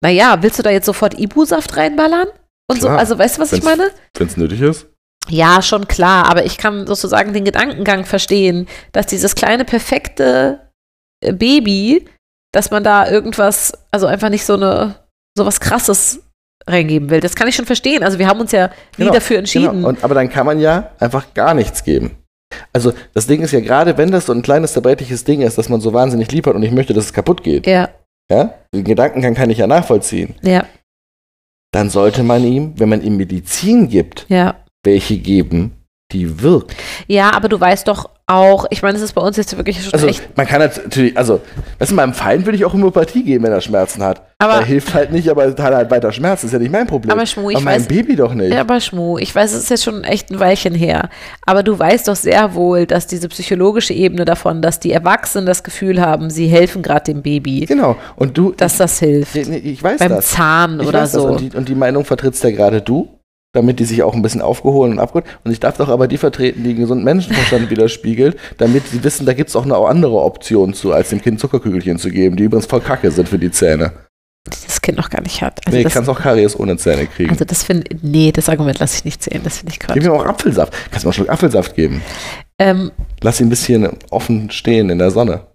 Speaker 4: Naja, willst du da jetzt sofort Ibu-Saft reinballern? Und so,
Speaker 5: Klar.
Speaker 4: also weißt du, was ich
Speaker 5: Wenn's-
Speaker 4: meine?
Speaker 5: Wenn es nötig ist.
Speaker 4: Ja, schon klar, aber ich kann sozusagen den Gedankengang verstehen, dass dieses kleine, perfekte äh, Baby, dass man da irgendwas, also einfach nicht so eine, so was krasses reingeben will. Das kann ich schon verstehen. Also wir haben uns ja nie
Speaker 5: Genau,
Speaker 4: dafür entschieden.
Speaker 5: Genau. Und, aber dann kann man ja einfach gar nichts geben. Also das Ding ist ja gerade, wenn das so ein kleines zerbrechliches Ding ist, dass man so wahnsinnig lieb hat und ich möchte, dass es kaputt geht,
Speaker 4: ja,
Speaker 5: ja, den Gedankengang kann ich ja nachvollziehen,
Speaker 4: ja,
Speaker 5: dann sollte man ihm, wenn man ihm Medizin gibt,
Speaker 4: ja.
Speaker 5: welche geben, die wirkt.
Speaker 4: Ja, aber du weißt doch auch, ich meine, es ist bei uns jetzt wirklich schon
Speaker 5: Also
Speaker 4: echt.
Speaker 5: man kann natürlich, also, weißt du, meinem Feind würde ich auch Homöopathie geben, wenn er Schmerzen hat.
Speaker 4: Aber-
Speaker 5: er hilft halt nicht, aber hat halt weiter Schmerzen, ist ja nicht mein Problem.
Speaker 4: Aber Schmu, ich
Speaker 5: aber meinem
Speaker 4: weiß-
Speaker 5: Baby doch nicht.
Speaker 4: Ja, aber Schmu, ich weiß, es ist jetzt schon echt ein Weilchen her. Aber du weißt doch sehr wohl, dass diese psychologische Ebene davon, dass die Erwachsenen das Gefühl haben, sie helfen gerade dem Baby,
Speaker 5: Genau. Und du,
Speaker 4: dass das hilft.
Speaker 5: ich, ich weiß
Speaker 4: Beim
Speaker 5: das.
Speaker 4: Zahn
Speaker 5: Ich
Speaker 4: oder
Speaker 5: weiß
Speaker 4: so.
Speaker 5: Das. Und, die, und die Meinung vertrittst ja gerade du, damit die sich auch ein bisschen aufgeholt und abgeholt. Und ich darf doch aber die vertreten, die den gesunden Menschenverstand widerspiegelt, damit sie wissen, da gibt es auch eine andere Option zu, als dem Kind Zuckerkügelchen zu geben, die übrigens voll kacke sind für die Zähne.
Speaker 4: die das Kind noch gar nicht hat. Also
Speaker 5: nee,
Speaker 4: das,
Speaker 5: kannst auch Karies ohne Zähne kriegen.
Speaker 4: also das finde nee, das Argument lasse ich nicht zählen, das finde ich
Speaker 5: Gib
Speaker 4: Quatsch.
Speaker 5: ihm auch Apfelsaft. Kannst du mal einen Schluck Apfelsaft geben.
Speaker 4: Ähm,
Speaker 5: Lass ihn ein bisschen offen stehen in der Sonne.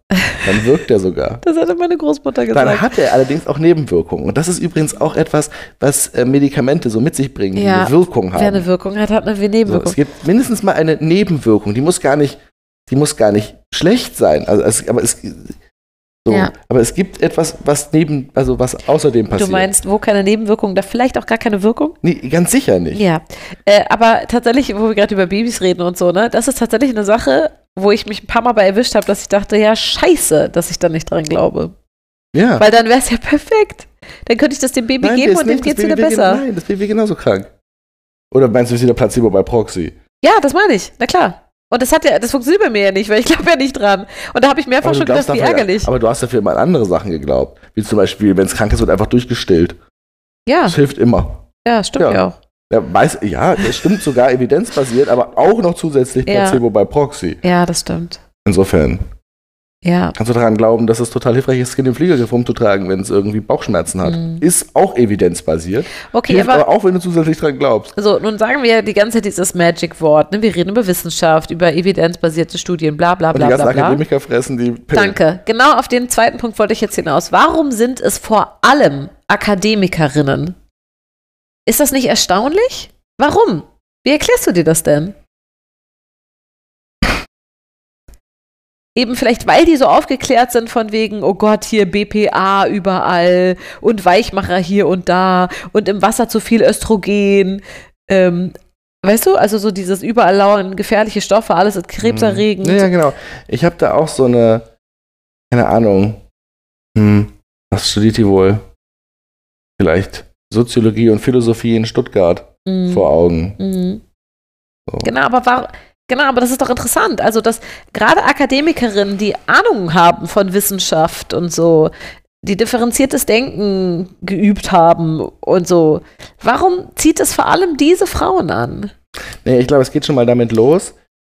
Speaker 5: Dann wirkt er sogar.
Speaker 4: das hatte meine Großmutter gesagt.
Speaker 5: Dann hat er allerdings auch Nebenwirkungen. Und das ist übrigens auch etwas, was äh, Medikamente so mit sich bringen, die
Speaker 4: Ja,
Speaker 5: eine Wirkung haben.
Speaker 4: Wer eine Wirkung hat, hat eine
Speaker 5: So,
Speaker 4: Nebenwirkung.
Speaker 5: es gibt mindestens mal eine Nebenwirkung, die muss gar nicht, die muss gar nicht schlecht sein. Also es, aber es so,
Speaker 4: Ja.
Speaker 5: aber es gibt etwas, was neben, also was außerdem passiert.
Speaker 4: du meinst, wo keine Nebenwirkung, da vielleicht auch gar keine Wirkung?
Speaker 5: Nee, ganz sicher nicht.
Speaker 4: Ja, äh, aber tatsächlich, wo wir gerade über Babys reden und so, ne, das ist tatsächlich eine Sache, wo ich mich ein paar Mal bei erwischt habe, dass ich dachte, ja, scheiße, dass ich da nicht dran glaube.
Speaker 5: Ja.
Speaker 4: Weil dann wäre es ja perfekt. Dann könnte ich das dem Baby
Speaker 5: Nein,
Speaker 4: geben
Speaker 5: der ist
Speaker 4: und dem
Speaker 5: nicht- das
Speaker 4: geht's wieder
Speaker 5: Baby wird
Speaker 4: besser.
Speaker 5: gen- Nein, das Baby wird genauso krank. Oder meinst du, es ist wieder Placebo bei Proxy?
Speaker 4: Ja, das meine ich, na klar. Und das hat ja, das funktioniert bei mir ja nicht, weil ich glaube ja nicht dran. Und da habe ich mehrfach
Speaker 5: du
Speaker 4: schon gedacht, wie
Speaker 5: dafür,
Speaker 4: ärgerlich.
Speaker 5: aber du hast dafür immer an andere Sachen geglaubt. Wie zum Beispiel, wenn es krank ist, wird einfach durchgestillt.
Speaker 4: Ja,
Speaker 5: Das hilft immer.
Speaker 4: ja, stimmt ja,
Speaker 5: Ja.
Speaker 4: auch.
Speaker 5: Ja, weiß, ja, das stimmt sogar evidenzbasiert, aber auch noch zusätzlich
Speaker 4: Ja.
Speaker 5: Placebo bei Proxy.
Speaker 4: Ja, das stimmt.
Speaker 5: Insofern.
Speaker 4: Ja.
Speaker 5: Kannst du daran glauben, dass es total hilfreich ist, das Kind im Flieger rumzutragen, wenn es irgendwie Bauchschmerzen hat?
Speaker 4: Mhm.
Speaker 5: Ist auch evidenzbasiert.
Speaker 4: Okay,
Speaker 5: Hilft
Speaker 4: aber
Speaker 5: aber auch, wenn du zusätzlich dran glaubst.
Speaker 4: So, nun sagen wir ja die ganze Zeit dieses Magic-Wort. Ne? Wir reden über Wissenschaft, über evidenzbasierte Studien, bla bla
Speaker 5: Und
Speaker 4: bla
Speaker 5: die
Speaker 4: bla.
Speaker 5: ganzen
Speaker 4: bla.
Speaker 5: Akademiker fressen die Pillen.
Speaker 4: Danke. Genau auf den zweiten Punkt wollte ich jetzt hinaus. Warum sind es vor allem Akademikerinnen? Ist das nicht erstaunlich? Warum? Wie erklärst du dir das denn? Eben vielleicht, weil die so aufgeklärt sind von wegen, oh Gott, hier BPA überall und Weichmacher hier und da und im Wasser zu viel Östrogen. Ähm, weißt du, also so dieses überall lauern gefährliche Stoffe, alles ist krebserregend.
Speaker 5: Mhm. Ja, ja, genau. Ich habe da auch so eine, keine Ahnung. Hm, was studiert die wohl? Vielleicht Soziologie und Philosophie in Stuttgart
Speaker 4: Mhm.
Speaker 5: vor Augen.
Speaker 4: Mhm.
Speaker 5: So.
Speaker 4: Genau, aber war, genau, aber das ist doch interessant. Also, dass gerade Akademikerinnen, die Ahnung haben von Wissenschaft und so, die differenziertes Denken geübt haben und so, warum zieht es vor allem diese Frauen an?
Speaker 5: Nee, ich glaube, es geht schon mal damit los,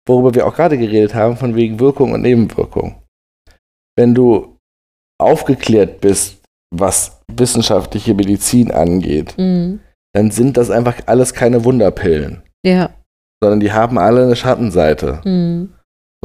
Speaker 5: worüber wir auch gerade geredet haben, von wegen Wirkung und Nebenwirkung. Wenn du aufgeklärt bist, was wissenschaftliche Medizin angeht,
Speaker 4: Mhm.
Speaker 5: dann sind das einfach alles keine Wunderpillen,
Speaker 4: Ja.
Speaker 5: sondern die haben alle eine Schattenseite.
Speaker 4: Mhm.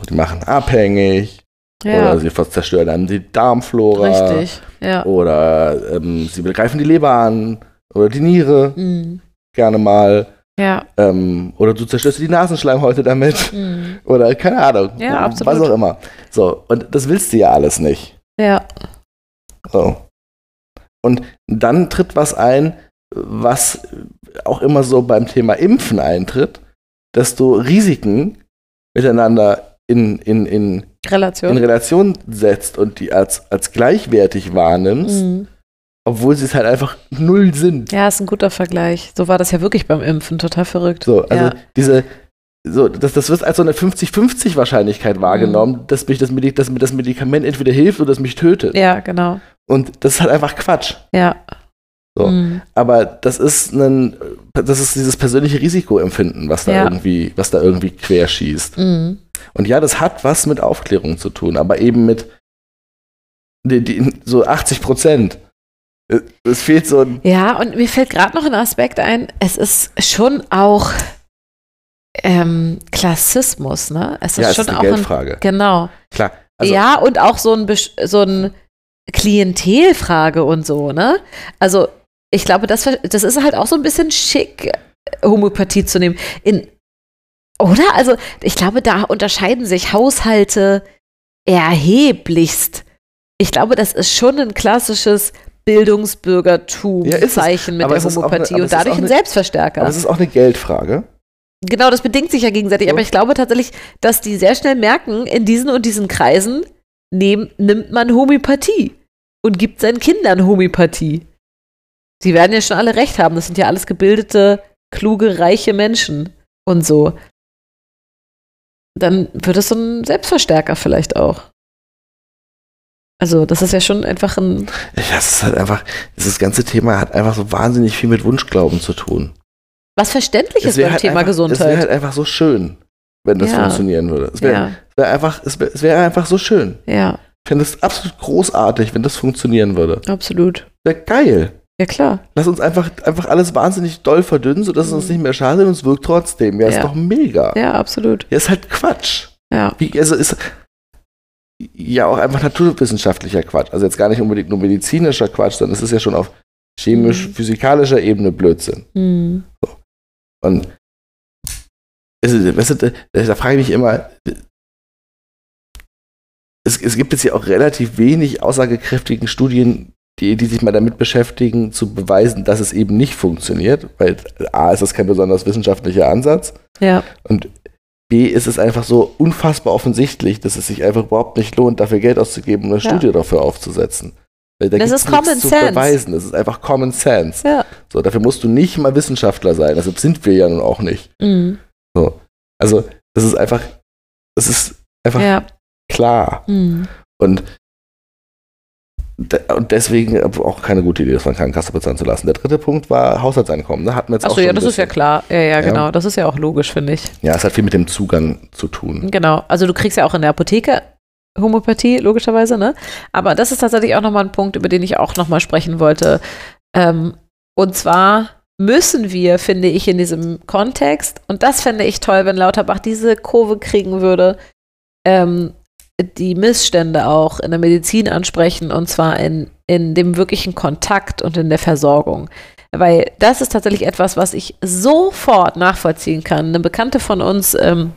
Speaker 5: Die machen abhängig
Speaker 4: Ja,
Speaker 5: oder sie ver- zerstören dann die Darmflora
Speaker 4: richtig. Ja.
Speaker 5: oder ähm, sie begreifen die Leber an oder die Niere
Speaker 4: Mhm.
Speaker 5: gerne mal
Speaker 4: Ja.
Speaker 5: ähm, oder du zerstörst die Nasenschleimhäute damit.
Speaker 4: Mhm.
Speaker 5: Oder keine Ahnung.
Speaker 4: Ja, absolut.
Speaker 5: Was auch immer. So, und das willst du ja alles nicht.
Speaker 4: Ja.
Speaker 5: So. Und dann tritt was ein, was auch immer so beim Thema Impfen eintritt, dass du Risiken miteinander in, in, in, in
Speaker 4: Relation.
Speaker 5: Relation setzt und die als, als gleichwertig wahrnimmst,
Speaker 4: Mhm.
Speaker 5: Obwohl sie es halt einfach null sind.
Speaker 4: Ja, ist ein guter Vergleich. So war das ja wirklich beim Impfen, total verrückt.
Speaker 5: So, also
Speaker 4: ja.
Speaker 5: diese, so, das, das wird als so eine 50-50 Wahrscheinlichkeit wahrgenommen, dass mich das, Medik dass mir das Medikament entweder hilft oder das mich tötet.
Speaker 4: Mhm. ja, genau.
Speaker 5: Und das ist halt einfach Quatsch.
Speaker 4: Ja.
Speaker 5: So.
Speaker 4: Mhm.
Speaker 5: Aber das ist ein, das ist dieses persönliche Risikoempfinden, was da
Speaker 4: Ja.
Speaker 5: irgendwie, was da irgendwie querschießt.
Speaker 4: Mhm.
Speaker 5: Und ja, das hat was mit Aufklärung zu tun, aber eben mit die, die, so 80 Prozent. Es- Es fehlt so ein,
Speaker 4: Ja, und mir fällt gerade noch ein Aspekt ein. Es ist schon auch ähm, Klassismus, ne? Es ist
Speaker 5: ja, es
Speaker 4: schon
Speaker 5: ist eine
Speaker 4: auch ein.
Speaker 5: Geldfrage.
Speaker 4: Genau.
Speaker 5: Klar. Also,
Speaker 4: ja, und auch so ein, Besch- so ein Klientelfrage und so, ne? Also, ich glaube, das, ver- das ist halt auch so ein bisschen schick, äh, Homöopathie zu nehmen. In, oder? Also, ich glaube, da unterscheiden sich Haushalte erheblichst. Ich glaube, das ist schon ein klassisches
Speaker 5: Ja, ist es.
Speaker 4: Bildungsbürgertum-Zeichen mit
Speaker 5: Aber
Speaker 4: der
Speaker 5: es ist auch eine-
Speaker 4: Homöopathie und
Speaker 5: aber es ist auch
Speaker 4: dadurch ein
Speaker 5: eine-
Speaker 4: Selbstverstärker.
Speaker 5: aber es ist auch eine Geldfrage.
Speaker 4: Genau, das bedingt sich ja gegenseitig.
Speaker 5: So.
Speaker 4: Aber ich glaube tatsächlich, dass die sehr schnell merken, in diesen und diesen Kreisen nehm, nimmt man Homöopathie und gibt seinen Kindern Homöopathie. Die werden ja schon alle recht haben. Das sind ja alles gebildete, kluge, reiche Menschen und so. Dann wird es so ein Selbstverstärker vielleicht auch. Also, das ist ja schon einfach ein.
Speaker 5: Ja, es ist halt einfach, dieses ganze Thema hat einfach so wahnsinnig viel mit Wunschglauben zu tun.
Speaker 4: Was Verständliches
Speaker 5: wär
Speaker 4: beim Thema
Speaker 5: einfach, Es wäre
Speaker 4: Gesundheit.
Speaker 5: halt einfach so schön, wenn das
Speaker 4: Ja.
Speaker 5: funktionieren würde. Es wäre
Speaker 4: ja,
Speaker 5: wär einfach, es wär, es wär einfach so schön.
Speaker 4: ja,
Speaker 5: Ich fände es absolut großartig, wenn das funktionieren würde.
Speaker 4: absolut.
Speaker 5: Wäre geil.
Speaker 4: Ja, klar.
Speaker 5: Lass uns einfach, einfach alles wahnsinnig doll verdünnen, sodass es uns nicht mehr schadet und es wirkt trotzdem. Ja,
Speaker 4: Mhm. Ja.
Speaker 5: ist doch mega. Ja.
Speaker 4: Ja, absolut.
Speaker 5: ist halt Quatsch.
Speaker 4: Ja.
Speaker 5: Wie, also ist ja auch einfach naturwissenschaftlicher Quatsch. Also jetzt gar nicht unbedingt nur medizinischer Quatsch, sondern es ist ja schon auf
Speaker 4: Mhm.
Speaker 5: chemisch-physikalischer Ebene Blödsinn.
Speaker 4: Hm.
Speaker 5: Und es ist- weißt du, da, da frage ich mich immer, es, es gibt jetzt ja auch relativ wenig aussagekräftigen Studien, die, die sich mal damit beschäftigen, zu beweisen, dass es eben nicht funktioniert, weil A ist das kein besonders wissenschaftlicher Ansatz
Speaker 4: Ja.
Speaker 5: und B ist es einfach so unfassbar offensichtlich, dass es sich einfach überhaupt nicht lohnt, dafür Geld auszugeben und eine
Speaker 4: Ja.
Speaker 5: Studie dafür aufzusetzen. Weil da
Speaker 4: Das
Speaker 5: gibt's
Speaker 4: ist Common
Speaker 5: nichts
Speaker 4: Sense.
Speaker 5: Zu beweisen. Das ist einfach Common Sense.
Speaker 4: Ja.
Speaker 5: So, dafür musst du nicht mal Wissenschaftler sein. Deshalb sind wir ja nun auch nicht.
Speaker 4: Mhm.
Speaker 5: Also, das ist einfach, das ist einfach
Speaker 4: Ja.
Speaker 5: klar.
Speaker 4: Mhm.
Speaker 5: Und, de und deswegen auch keine gute Idee, das von Krankenkasse bezahlen zu lassen. Der dritte Punkt war Haushaltseinkommen. Ne? Hatten wir jetzt auch
Speaker 4: Achso,
Speaker 5: schon
Speaker 4: ja,
Speaker 5: ein
Speaker 4: das ist ja
Speaker 5: bisschen.
Speaker 4: klar. Ja, ja,
Speaker 5: Ja.
Speaker 4: genau. Das ist ja auch logisch, finde ich.
Speaker 5: Ja, es hat viel mit dem Zugang zu tun.
Speaker 4: Genau. Also du kriegst ja auch in der Apotheke Homöopathie, logischerweise, ne? Aber das ist tatsächlich auch nochmal ein Punkt, über den ich auch nochmal sprechen wollte. Ähm, und zwar müssen wir, finde ich, in diesem Kontext, und das fände ich toll, wenn Lauterbach diese Kurve kriegen würde, ähm, die Missstände auch in der Medizin ansprechen, und zwar in, in dem wirklichen Kontakt und in der Versorgung. Weil das ist tatsächlich etwas, was ich sofort nachvollziehen kann. Eine Bekannte von uns, ähm,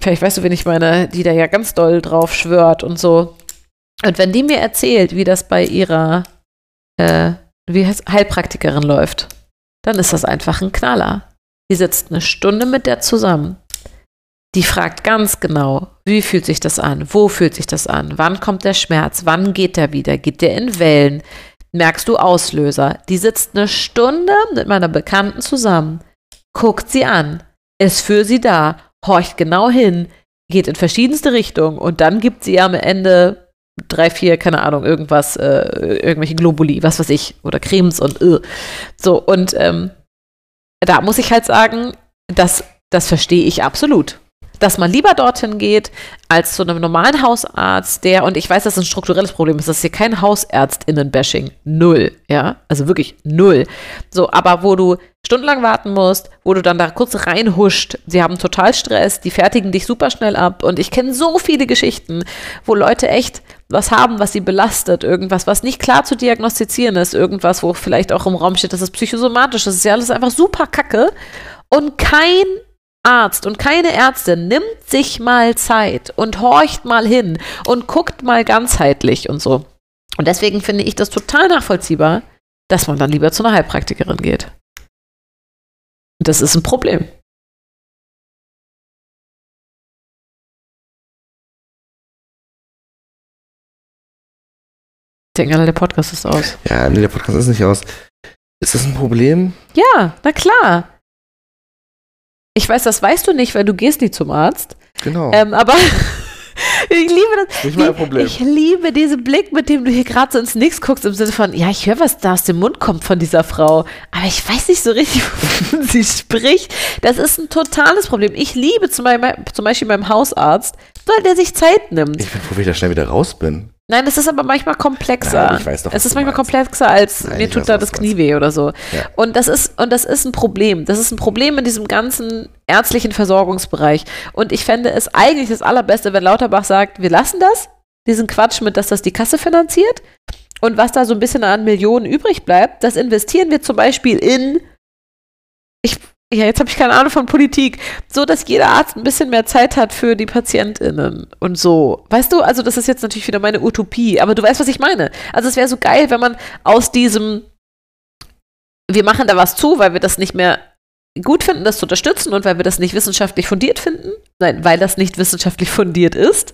Speaker 4: vielleicht weißt du, wen ich meine, die da ja ganz doll drauf schwört und so. Und wenn die mir erzählt, wie das bei ihrer äh, wie heißt, Heilpraktikerin läuft, dann ist das einfach ein Knaller. Die sitzt eine Stunde mit der zusammen. Die fragt ganz genau, wie fühlt sich das an? Wo fühlt sich das an? Wann kommt der Schmerz? Wann geht der wieder? Geht der in Wellen? Merkst du Auslöser? Die sitzt eine Stunde mit meiner Bekannten zusammen, guckt sie an, ist für sie da, horcht genau hin, geht in verschiedenste Richtungen und dann gibt sie ihr am Ende drei, vier, keine Ahnung, irgendwas, äh, irgendwelche Globuli, was weiß ich, oder Cremes und äh. so. Und ähm, da muss ich halt sagen, das, das verstehe ich absolut. Dass man lieber dorthin geht, als zu einem normalen Hausarzt, der, und ich weiß, dass es ein strukturelles Problem ist, das ist hier kein Hausärztinnen-Bashing. Null, ja? Also wirklich null. So, aber wo du stundenlang warten musst, wo du dann da kurz reinhuscht, sie haben total Stress, die fertigen dich super schnell ab. Und ich kenne so viele Geschichten, wo Leute echt was haben, was sie belastet, irgendwas, was nicht klar zu diagnostizieren ist, irgendwas, wo vielleicht auch im Raum steht, das ist psychosomatisch, das ist ja alles einfach super kacke. Und kein Arzt und keine Ärztin nimmt sich mal Zeit und horcht mal hin und guckt mal ganzheitlich und so. Und deswegen finde ich das total nachvollziehbar, dass man dann lieber zu einer Heilpraktikerin geht. Und Das ist ein Problem. denken alle, der Podcast ist aus.
Speaker 5: Ja, nee, der Podcast ist nicht aus. Ist das ein Problem?
Speaker 4: Ja, na klar. Ich weiß, das weißt du nicht, weil du gehst nie zum Arzt.
Speaker 5: Genau.
Speaker 4: Ähm, aber ich liebe das.
Speaker 5: nicht
Speaker 4: Die-
Speaker 5: mein Problem.
Speaker 4: Ich liebe diesen Blick, mit dem du hier gerade so ins Nix guckst, im Sinne von, ja, ich höre, was da aus dem Mund kommt von dieser Frau, aber ich weiß nicht so richtig, wovon sie spricht. Das ist ein totales Problem. Ich liebe zum Beispiel, zum Beispiel meinem Hausarzt, weil der sich Zeit nimmt.
Speaker 5: ich bin froh, wie ich da schnell wieder raus bin.
Speaker 4: Nein, das ist aber manchmal komplexer.
Speaker 5: Nein, ich weiß doch, was
Speaker 4: es ist
Speaker 5: du
Speaker 4: manchmal
Speaker 5: meinst.
Speaker 4: komplexer als
Speaker 5: Nein,
Speaker 4: mir
Speaker 5: ich
Speaker 4: tut
Speaker 5: weiß,
Speaker 4: da
Speaker 5: was
Speaker 4: das
Speaker 5: du meinst.
Speaker 4: Knie weh oder so.
Speaker 5: Ja.
Speaker 4: Und das ist und das ist ein Problem. Das ist ein Problem in diesem ganzen ärztlichen Versorgungsbereich. Und ich fände es eigentlich das allerbeste, wenn Lauterbach sagt, wir lassen das, diesen Quatsch mit, dass das die Kasse finanziert. Und was da so ein bisschen an Millionen übrig bleibt, das investieren wir zum Beispiel in. Ich, ja, jetzt habe ich keine Ahnung von Politik. So, dass jeder Arzt ein bisschen mehr Zeit hat für die PatientInnen und so. Weißt du, also das ist jetzt natürlich wieder meine Utopie, aber du weißt, was ich meine. Also es wäre so geil, wenn man aus diesem, wir machen da was zu, weil wir das nicht mehr gut finden, das zu unterstützen und weil wir das nicht wissenschaftlich fundiert finden. Nein, weil das nicht wissenschaftlich fundiert ist.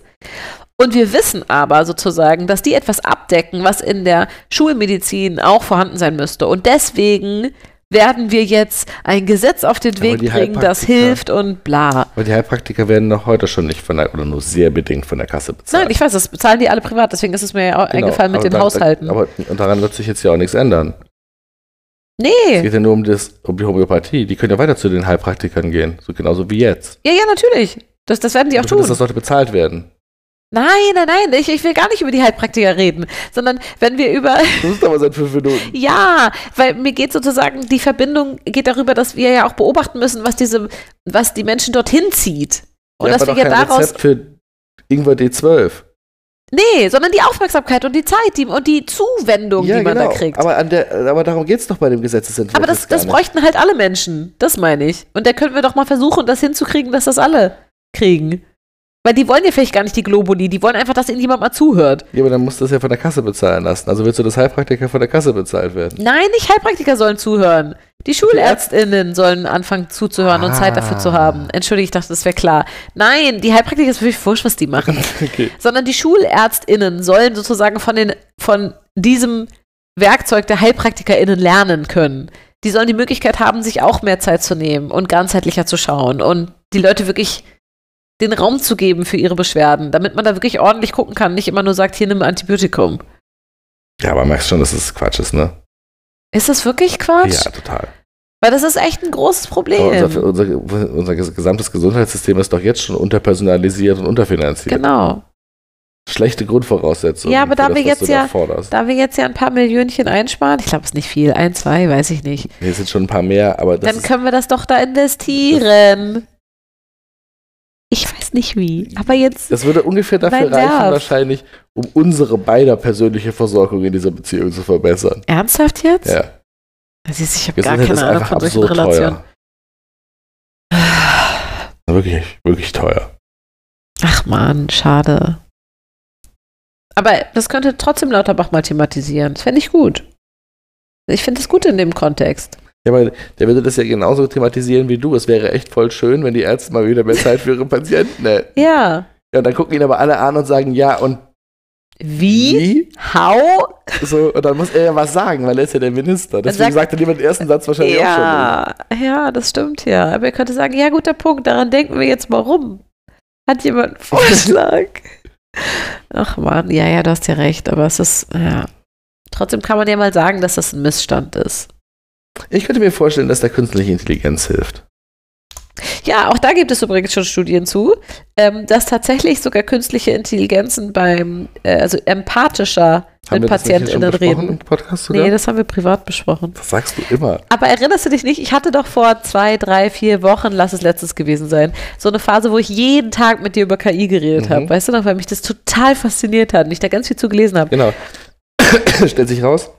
Speaker 4: Und wir wissen aber sozusagen, dass die etwas abdecken, was in der Schulmedizin auch vorhanden sein müsste. Und deswegen werden wir jetzt ein Gesetz auf den
Speaker 5: Aber
Speaker 4: Weg
Speaker 5: die
Speaker 4: bringen, das
Speaker 5: Heilpraktiker-
Speaker 4: hilft und bla.
Speaker 5: Weil die Heilpraktiker werden doch heute schon nicht von der, oder nur sehr bedingt von der Kasse bezahlt.
Speaker 4: Nein, ich weiß, das bezahlen die alle privat, deswegen ist es mir ja auch
Speaker 5: Genau,
Speaker 4: eingefallen mit
Speaker 5: aber
Speaker 4: den
Speaker 5: da-
Speaker 4: Haushalten.
Speaker 5: Da, aber und daran wird sich jetzt ja auch nichts ändern. Es
Speaker 4: nee,
Speaker 5: geht ja nur um, das, um die Homöopathie. Die können ja weiter zu den Heilpraktikern gehen. So genauso wie jetzt.
Speaker 4: ja, ja, natürlich. Das, das werden die auch
Speaker 5: Du findest,
Speaker 4: tun.
Speaker 5: Das sollte bezahlt werden.
Speaker 4: Nein, nein, nein, ich, ich will gar nicht über die Heilpraktiker reden, sondern wenn wir über,
Speaker 5: Das ist aber seit fünf Minuten.
Speaker 4: ja, weil mir geht sozusagen, die Verbindung geht darüber, dass wir ja auch beobachten müssen, was diese, was die Menschen dorthin zieht. Und dass wir ja daraus,
Speaker 5: Rezept für Ingwer D12.
Speaker 4: nee, sondern die Aufmerksamkeit und die Zeit die, und die Zuwendung, die man da kriegt.
Speaker 5: genau. Aber, an der, aber darum geht es doch bei dem Gesetzesentwurf.
Speaker 4: Aber das,
Speaker 5: jetzt gar
Speaker 4: das
Speaker 5: nicht.
Speaker 4: bräuchten halt alle Menschen. Das meine ich. Und da könnten wir doch mal versuchen, das hinzukriegen, dass das alle kriegen. Weil die wollen ja vielleicht gar nicht die Globuli. Die wollen einfach, dass ihnen jemand mal zuhört.
Speaker 5: Ja, aber dann musst du das ja von der Kasse bezahlen lassen. Also willst du das Heilpraktiker von der Kasse bezahlt werden?
Speaker 4: Nein, nicht Heilpraktiker sollen zuhören. Die SchulärztInnen sollen anfangen zuzuhören und Zeit dafür zu
Speaker 5: Ah.
Speaker 4: haben. Entschuldige, ich dachte, das wäre klar. Nein, die Heilpraktiker ist wirklich wurscht, was die machen.
Speaker 5: Okay.
Speaker 4: Sondern die SchulärztInnen sollen sozusagen von, den, von diesem Werkzeug der HeilpraktikerInnen lernen können. Die sollen die Möglichkeit haben, sich auch mehr Zeit zu nehmen und ganzheitlicher zu schauen und die Leute wirklich den Raum zu geben für ihre Beschwerden, damit man da wirklich ordentlich gucken kann, nicht immer nur sagt, hier nimm ein Antibiotikum.
Speaker 5: Ja, aber merkst schon, dass es Quatsch ist, ne?
Speaker 4: Ist das wirklich Quatsch? ähm,
Speaker 5: Ja, total.
Speaker 4: Weil das ist echt ein großes
Speaker 5: Aber
Speaker 4: Problem.
Speaker 5: unser, unser, unser ges- gesamtes Gesundheitssystem ist doch jetzt schon unterpersonalisiert und unterfinanziert.
Speaker 4: Genau.
Speaker 5: Schlechte Grundvoraussetzungen.
Speaker 4: Ja, aber
Speaker 5: für
Speaker 4: da wir
Speaker 5: was
Speaker 4: jetzt
Speaker 5: du da
Speaker 4: ja-
Speaker 5: Forderst.
Speaker 4: Da wir jetzt ja ein paar Millionchen einsparen, ich glaube, es ist nicht viel, ein, zwei, weiß ich nicht,
Speaker 5: Nee, es sind schon ein paar mehr, aber das
Speaker 4: dann
Speaker 5: ist,
Speaker 4: können wir das doch da investieren. Ich weiß nicht wie, aber jetzt.
Speaker 5: das würde ungefähr dafür
Speaker 4: Nein,
Speaker 5: reichen,
Speaker 4: darf.
Speaker 5: wahrscheinlich, um unsere beider persönliche Versorgung in dieser Beziehung zu verbessern.
Speaker 4: Ernsthaft jetzt?
Speaker 5: Ja.
Speaker 4: Also jetzt, ich habe gar
Speaker 5: Gesundheit
Speaker 4: keine
Speaker 5: ist
Speaker 4: Ahnung
Speaker 5: einfach
Speaker 4: von solchen
Speaker 5: absurd
Speaker 4: Relationen.
Speaker 5: teuer. Wirklich, wirklich teuer.
Speaker 4: Ach man, schade. Aber das könnte trotzdem Lauterbach mal thematisieren. Das fände ich gut. Ich finde es gut in dem Kontext.
Speaker 5: Ja, aber der würde das ja genauso thematisieren wie du. Es wäre echt voll schön, wenn die Ärzte mal wieder mehr Zeit für ihre Patienten hätten.
Speaker 4: Ja.
Speaker 5: Ja, und dann gucken ihn aber alle an und sagen, ja, und
Speaker 4: Wie? How?
Speaker 5: So, und dann muss er ja was sagen, weil er ist ja der Minister. Deswegen
Speaker 4: sagt-
Speaker 5: sagt er lieber den ersten Satz wahrscheinlich auch
Speaker 4: Ja, ja, das stimmt ja. Aber ihr könnte sagen, ja, guter Punkt, daran denken wir jetzt mal rum. Hat jemand einen Vorschlag? Ach man, ja, ja, du hast ja recht, aber es ist, ja. Trotzdem kann man ja mal sagen, dass das ein Missstand ist.
Speaker 5: schon. Ich könnte mir vorstellen, dass der künstliche Intelligenz hilft.
Speaker 4: Ja, auch da gibt es übrigens schon Studien zu, ähm, dass tatsächlich sogar künstliche Intelligenzen beim, äh, also empathischer
Speaker 5: Haben
Speaker 4: mit
Speaker 5: wir das nicht hier schon
Speaker 4: PatientInnen
Speaker 5: besprochen
Speaker 4: reden.
Speaker 5: im Podcast sogar?
Speaker 4: Nee, das haben wir privat besprochen.
Speaker 5: das sagst du immer.
Speaker 4: Aber erinnerst du dich nicht? Ich hatte doch vor zwei, drei, vier Wochen, lass es letztes gewesen sein, so eine Phase, wo ich jeden Tag mit dir über KI geredet
Speaker 5: Mhm.
Speaker 4: habe. Weißt du noch, weil mich das total fasziniert hat und ich da ganz viel zu gelesen habe.
Speaker 5: Genau. Stellt sich raus,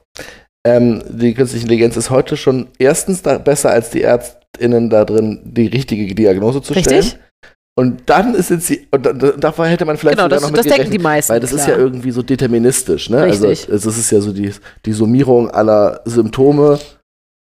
Speaker 5: ähm, die künstliche Intelligenz ist heute schon erstens da besser als die ÄrztInnen da drin, die richtige Diagnose zu stellen.
Speaker 4: Richtig?
Speaker 5: Und dann ist jetzt sie, und da, da, davor hätte man vielleicht
Speaker 4: Genau,
Speaker 5: sogar
Speaker 4: das,
Speaker 5: noch mit
Speaker 4: das denken die
Speaker 5: gerechnet,
Speaker 4: meisten.
Speaker 5: Weil das ist ja
Speaker 4: klar.
Speaker 5: irgendwie so deterministisch, ne?
Speaker 4: Richtig.
Speaker 5: Also es es ist ja so die, die Summierung aller Symptome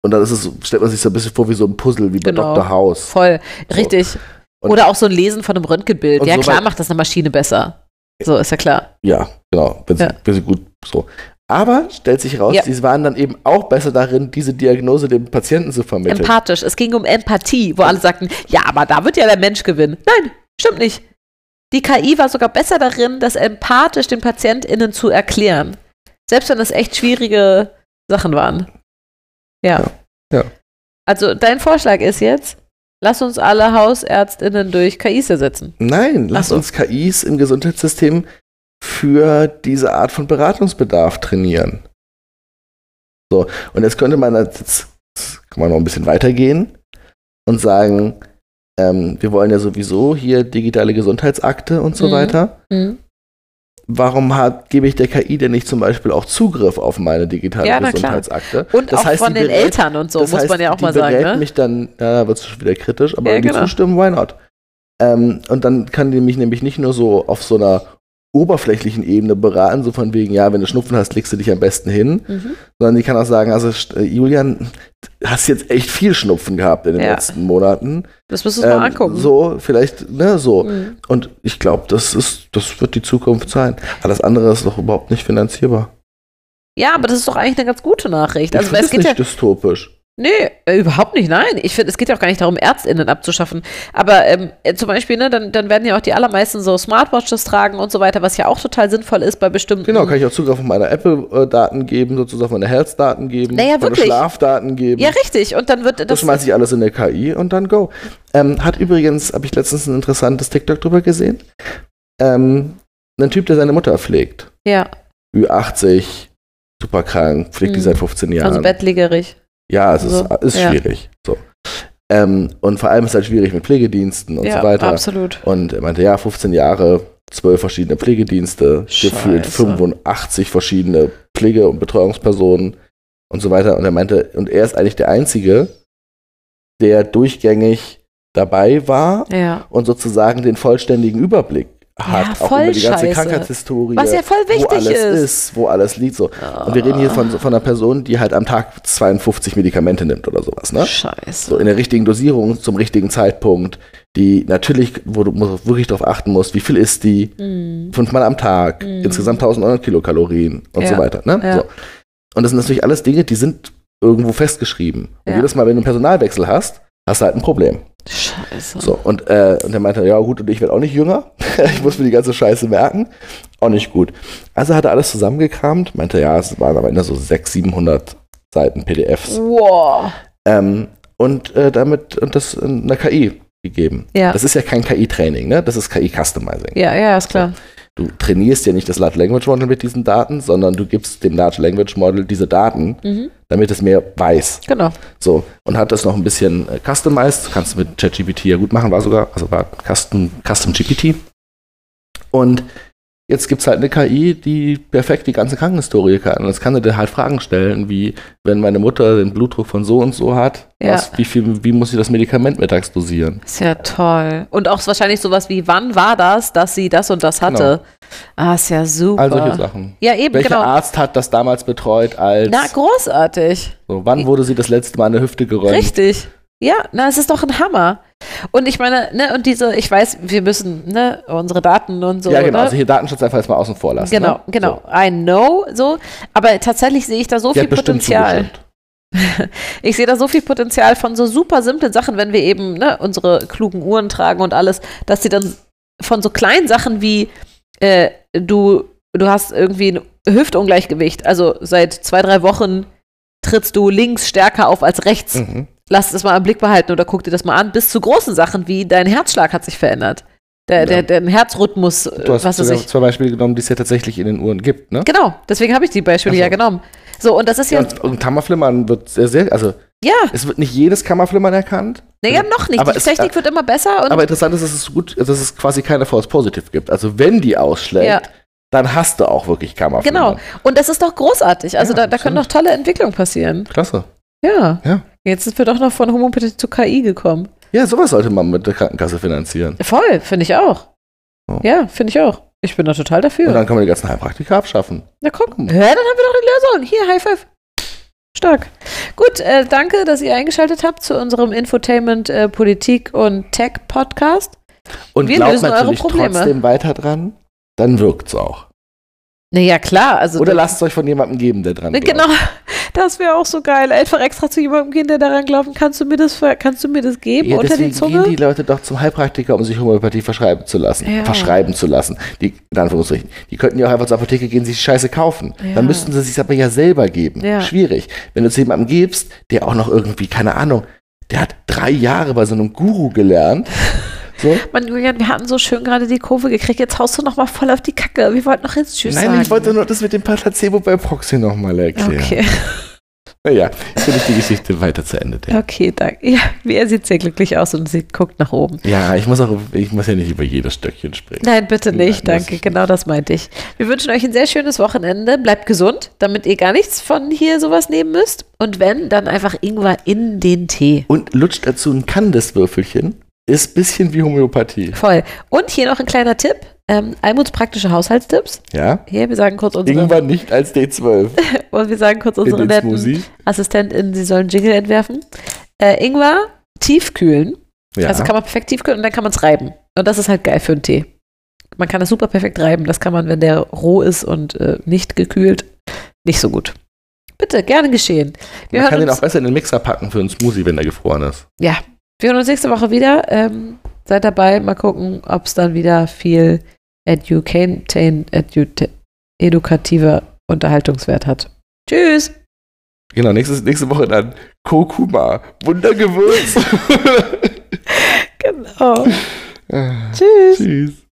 Speaker 5: und dann ist es, so- stellt man sich so ein bisschen vor wie so ein Puzzle, wie bei
Speaker 4: Genau.
Speaker 5: Dr. House.
Speaker 4: Voll, richtig.
Speaker 5: Und-
Speaker 4: Oder auch so ein Lesen von einem Röntgenbild.
Speaker 5: Und
Speaker 4: Ja,
Speaker 5: so
Speaker 4: klar
Speaker 5: weit-
Speaker 4: macht das eine Maschine besser. So, ist ja klar.
Speaker 5: Ja, genau, wenn sie,
Speaker 4: Ja.
Speaker 5: wenn sie gut so. Aber stellt sich raus,
Speaker 4: Ja.
Speaker 5: sie waren dann eben auch besser darin, diese Diagnose dem Patienten zu vermitteln.
Speaker 4: Empathisch. Es ging um Empathie, wo alle sagten, ja, aber da wird ja der Mensch gewinnen. Nein, stimmt nicht. Die KI war sogar besser darin, das empathisch den PatientInnen zu erklären. Selbst wenn das echt schwierige Sachen waren. Ja.
Speaker 5: Ja.
Speaker 4: Also dein Vorschlag ist jetzt, lass uns alle HausärztInnen durch KIs ersetzen.
Speaker 5: Nein, lass
Speaker 4: Ach so.
Speaker 5: uns KIs im Gesundheitssystem für diese Art von Beratungsbedarf trainieren. So, und jetzt könnte man als- jetzt, jetzt kann man noch ein bisschen weitergehen und sagen, ähm, wir wollen ja sowieso hier digitale Gesundheitsakte und so
Speaker 4: Mhm.
Speaker 5: weiter. Warum hat, gebe ich der KI denn nicht zum Beispiel auch Zugriff auf meine digitale
Speaker 4: Ja, na klar.
Speaker 5: Gesundheitsakte?
Speaker 4: Und
Speaker 5: Das
Speaker 4: auch
Speaker 5: heißt,
Speaker 4: von
Speaker 5: die
Speaker 4: den
Speaker 5: berät-
Speaker 4: Eltern und so,
Speaker 5: das
Speaker 4: muss
Speaker 5: heißt,
Speaker 4: man ja auch
Speaker 5: die
Speaker 4: mal sagen.
Speaker 5: berät
Speaker 4: Ne?
Speaker 5: mich dann, ja, da wird es schon wieder kritisch, aber
Speaker 4: Ja,
Speaker 5: wenn die
Speaker 4: genau.
Speaker 5: zustimmen, why not? Ähm, und dann kann die mich nämlich nicht nur so auf so einer oberflächlichen Ebene beraten, so von wegen, ja, wenn du Schnupfen hast, legst du dich am besten hin,
Speaker 4: Mhm.
Speaker 5: sondern die kann auch sagen, also St- äh, Julian, hast jetzt echt viel Schnupfen gehabt in den
Speaker 4: Ja.
Speaker 5: letzten Monaten.
Speaker 4: Das müssen wir uns mal angucken.
Speaker 5: Ähm, So, vielleicht, ne, so.
Speaker 4: Mhm.
Speaker 5: Und ich glaube, das ist, das wird die Zukunft sein. Alles andere ist doch überhaupt nicht finanzierbar.
Speaker 4: Ja, aber das ist doch eigentlich eine ganz gute Nachricht.
Speaker 5: Ich
Speaker 4: Also, weil es
Speaker 5: finde es
Speaker 4: geht
Speaker 5: nicht
Speaker 4: ja,
Speaker 5: dystopisch.
Speaker 4: Nee, äh, überhaupt nicht, nein. Ich finde, es geht ja auch gar nicht darum, ÄrztInnen abzuschaffen. Aber ähm, äh, zum Beispiel, ne, dann, dann werden ja auch die allermeisten so Smartwatches tragen und so weiter, was ja auch total sinnvoll ist bei bestimmten.
Speaker 5: Genau, kann ich auch Zugriff auf meine Apple-Daten geben, sozusagen meine Health-Daten geben,
Speaker 4: Naja,
Speaker 5: meine
Speaker 4: wirklich.
Speaker 5: Schlafdaten geben.
Speaker 4: ja, richtig. Und dann wird das.
Speaker 5: das schmeiße ich alles in der KI und dann go. Ähm, hat übrigens, habe ich letztens ein interessantes TikTok drüber gesehen, ähm, ein Typ, der seine Mutter pflegt.
Speaker 4: ja,
Speaker 5: Ü80, super krank, pflegt die
Speaker 4: Mhm.
Speaker 5: seit 15 Jahren.
Speaker 4: also bettlägerig.
Speaker 5: Ja, es ist,
Speaker 4: So,
Speaker 5: ist
Speaker 4: ja.
Speaker 5: schwierig. So. Ähm, und vor allem ist es halt schwierig mit Pflegediensten und
Speaker 4: ja,
Speaker 5: so weiter.
Speaker 4: absolut.
Speaker 5: Und er meinte, ja, 15 Jahre, 12 verschiedene Pflegedienste, gefühlt
Speaker 4: Scheiße.
Speaker 5: 85 verschiedene Pflege- und Betreuungspersonen und so weiter. Und er meinte, und er ist eigentlich der Einzige, der durchgängig dabei war
Speaker 4: Ja.
Speaker 5: und sozusagen den vollständigen Überblick hat,
Speaker 4: Ja,
Speaker 5: auch
Speaker 4: voll
Speaker 5: über die ganze
Speaker 4: scheiße.
Speaker 5: Krankheitshistorie,
Speaker 4: Was ja voll
Speaker 5: wo
Speaker 4: wichtig
Speaker 5: alles ist.
Speaker 4: ist.
Speaker 5: wo alles liegt. So. Und wir reden hier von, von einer Person, die halt am Tag 52 Medikamente nimmt oder sowas, ne?
Speaker 4: Scheiße.
Speaker 5: So in der richtigen Dosierung, zum richtigen Zeitpunkt, die natürlich, wo du mu- wirklich darauf achten musst, wie viel ist die,
Speaker 4: Hm.
Speaker 5: fünfmal am Tag,
Speaker 4: Mhm.
Speaker 5: insgesamt 1900 Kilokalorien und
Speaker 4: Ja.
Speaker 5: so weiter. Ne?
Speaker 4: Ja.
Speaker 5: So. Und das sind natürlich alles Dinge, die sind irgendwo festgeschrieben. Und
Speaker 4: Ja.
Speaker 5: jedes Mal, wenn du einen Personalwechsel hast, hast du halt ein Problem.
Speaker 4: Scheiße.
Speaker 5: So, und, äh, und er meinte, ja gut, und ich werde auch nicht jünger. ich muss mir die ganze Scheiße merken. Auch nicht gut. Also hat er alles zusammengekramt, meinte, ja, es waren am Ende so 600, 700 Seiten PDFs.
Speaker 4: Wow.
Speaker 5: Ähm, und äh, damit und das in einer KI gegeben.
Speaker 4: Ja.
Speaker 5: Das ist ja kein KI-Training, ne? Das ist KI-Customizing.
Speaker 4: Ja, ja, ist klar.
Speaker 5: Du trainierst ja nicht das Large Language Model mit diesen Daten, sondern du gibst dem Large Language Model diese Daten,
Speaker 4: Mhm.
Speaker 5: damit es mehr weiß.
Speaker 4: Genau.
Speaker 5: So, und hat das noch ein bisschen äh, customized, kannst du mit ChatGPT ja gut machen, war sogar, also war Custom, Custom GPT. Und jetzt gibt es halt eine KI, die perfekt die ganze Krankenhistorie kann. Und jetzt kann er dir halt Fragen stellen, wie, wenn meine Mutter den Blutdruck von so und so hat,
Speaker 4: Ja.
Speaker 5: was, wie, viel, wie muss sie das Medikament mittags dosieren?
Speaker 4: Ist ja toll. Und auch wahrscheinlich sowas wie, wann war das, dass sie das und das hatte? Ah, ist ja super.
Speaker 5: Genau. All solche Sachen.
Speaker 4: Ja, eben,
Speaker 5: Welcher
Speaker 4: genau.
Speaker 5: Arzt hat das damals betreut als,
Speaker 4: Na, großartig.
Speaker 5: so, wann wurde sie das letzte Mal eine Hüfte geräumt?
Speaker 4: Richtig. Ja, na, es ist doch ein Hammer. Und ich meine, ne, und diese, ich weiß, wir müssen, ne, unsere Daten und so.
Speaker 5: ja, genau.
Speaker 4: ne?
Speaker 5: Also hier Datenschutz einfach erstmal außen vor lassen.
Speaker 4: genau,
Speaker 5: ne?
Speaker 4: genau.
Speaker 5: So.
Speaker 4: I know, so. Aber tatsächlich sehe ich da so
Speaker 5: Die
Speaker 4: viel
Speaker 5: hat bestimmt
Speaker 4: Potenzial.
Speaker 5: zugestimmt.
Speaker 4: Ich sehe da so viel Potenzial von so super simplen Sachen, wenn wir eben ne, unsere klugen Uhren tragen und alles, dass sie dann von so kleinen Sachen wie äh, du, du hast irgendwie ein Hüftungleichgewicht, also seit zwei, drei Wochen trittst du links stärker auf als rechts.
Speaker 5: Mhm.
Speaker 4: lass das mal im Blick behalten oder guck dir das mal an, bis zu großen Sachen wie dein Herzschlag hat sich verändert. Der,
Speaker 5: Ja.
Speaker 4: der, dein Herzrhythmus, äh,
Speaker 5: Du hast
Speaker 4: was weiß
Speaker 5: sogar
Speaker 4: ich.
Speaker 5: zwei Beispiele genommen, die es ja tatsächlich in den Uhren gibt, ne?
Speaker 4: Genau, deswegen habe ich die Beispiele
Speaker 5: Ach so.
Speaker 4: ja genommen. So, und das ist
Speaker 5: Ja,
Speaker 4: ja,
Speaker 5: und, und Kammerflimmern wird sehr, sehr, also
Speaker 4: ja,
Speaker 5: es wird nicht jedes Kammerflimmern erkannt,
Speaker 4: naja, noch nicht.
Speaker 5: Aber
Speaker 4: die
Speaker 5: es- äh,
Speaker 4: Technik wird immer besser und
Speaker 5: aber interessant ist, dass es gut, dass es quasi keine False Positive gibt. Also wenn die ausschlägt,
Speaker 4: Ja.
Speaker 5: dann hast du auch wirklich Kammerflimmern.
Speaker 4: genau. Und das ist doch großartig. Also
Speaker 5: Ja,
Speaker 4: da, da können noch
Speaker 5: absolut.
Speaker 4: tolle Entwicklungen passieren.
Speaker 5: Klasse.
Speaker 4: Ja.
Speaker 5: Ja.
Speaker 4: Jetzt sind wir doch noch von Homopathie zu KI gekommen.
Speaker 5: Ja, sowas sollte man mit der Krankenkasse finanzieren.
Speaker 4: Voll, finde ich auch.
Speaker 5: Oh.
Speaker 4: Ja, finde ich auch. Ich bin da total dafür.
Speaker 5: Und dann kann man die ganzen Heilpraktiker abschaffen.
Speaker 4: Na guck,
Speaker 5: Hm.
Speaker 4: Hä, dann haben wir doch die Lösung. Hier, High Five. Stark. Gut, äh, danke, dass ihr eingeschaltet habt zu unserem Infotainment äh, Politik und Tech Podcast.
Speaker 5: Und
Speaker 4: Wir
Speaker 5: glaubt
Speaker 4: lösen eure
Speaker 5: natürlich
Speaker 4: Probleme.
Speaker 5: trotzdem weiter dran, dann wirkt's auch.
Speaker 4: Naja, klar. Also
Speaker 5: Oder
Speaker 4: das-
Speaker 5: lasst es euch von jemandem geben, der dran
Speaker 4: Ne,
Speaker 5: glaubt.
Speaker 4: Genau, das wäre auch so geil. Einfach extra zu jemandem gehen, der daran glaubt, kannst du mir das, ver- kannst du mir das geben
Speaker 5: Ja,
Speaker 4: unter die
Speaker 5: deswegen
Speaker 4: Zunge?
Speaker 5: gehen die Leute doch zum Heilpraktiker, um sich Homöopathie verschreiben zu lassen.
Speaker 4: Ja.
Speaker 5: Verschreiben zu lassen. Die, in Anführungsstrichen. Die könnten ja auch einfach zur Apotheke gehen, sich die Scheiße kaufen.
Speaker 4: Ja.
Speaker 5: Dann müssten sie es sich aber ja selber geben.
Speaker 4: Ja.
Speaker 5: Schwierig. Wenn du es jemandem gibst, der auch noch irgendwie, keine Ahnung, der hat drei Jahre bei so einem Guru gelernt. So.
Speaker 4: Mann, Julian, wir hatten so schön gerade die Kurve gekriegt. Jetzt haust du noch mal voll auf die Kacke. Wir wollten noch jetzt Tschüss
Speaker 5: Nein,
Speaker 4: sagen.
Speaker 5: ich wollte nur das mit dem Placebo bei Proxy nochmal erklären.
Speaker 4: Okay,
Speaker 5: Naja, jetzt will ich die Geschichte weiter zu Ende denken.
Speaker 4: okay, danke. Ja, wie er sieht sehr glücklich aus und sie guckt nach oben.
Speaker 5: Ja, ich muss auch, ich muss ja nicht über jedes Stöckchen springen.
Speaker 4: Nein, bitte
Speaker 5: Nein,
Speaker 4: nicht,
Speaker 5: muss
Speaker 4: danke.
Speaker 5: ich
Speaker 4: Genau das meinte ich. Wir wünschen euch ein sehr schönes Wochenende. Bleibt gesund, damit ihr gar nichts von hier sowas nehmen müsst. Und wenn, dann einfach Ingwer in den Tee.
Speaker 5: Und lutscht dazu ein Kandiswürfelchen. Ist bisschen wie Homöopathie.
Speaker 4: Voll. Und hier noch ein kleiner Tipp. Ähm, Almuts praktische Haushaltstipps.
Speaker 5: Ja?
Speaker 4: Hier, wir sagen kurz unsere,
Speaker 5: Irgendwann nicht als D12
Speaker 4: und wir sagen kurz unsere
Speaker 5: in den
Speaker 4: netten
Speaker 5: Smoothie.
Speaker 4: AssistentInnen, sie sollen Jingle entwerfen. Äh, Ingwer tiefkühlen.
Speaker 5: Ja.
Speaker 4: Also kann man perfekt tiefkühlen und dann kann man es reiben. Und das ist halt geil für einen Tee. Man kann das super perfekt reiben. Das kann man, wenn der roh ist und äh, nicht gekühlt, nicht so gut. Bitte, gerne geschehen. Wir,
Speaker 5: man kann
Speaker 4: hören
Speaker 5: den auch
Speaker 4: uns,
Speaker 5: besser in den Mixer packen für einen Smoothie, wenn der gefroren ist.
Speaker 4: wir hören uns nächste Woche wieder. Ähm, seid dabei, mal gucken, ob es dann wieder viel educatain, edu- edukativer Unterhaltungswert hat. Tschüss!
Speaker 5: Genau, nächstes, nächste Woche dann Kurkuma, Wundergewürz.
Speaker 4: Genau.
Speaker 5: Ah,
Speaker 4: Tschüss!
Speaker 5: Tschüss.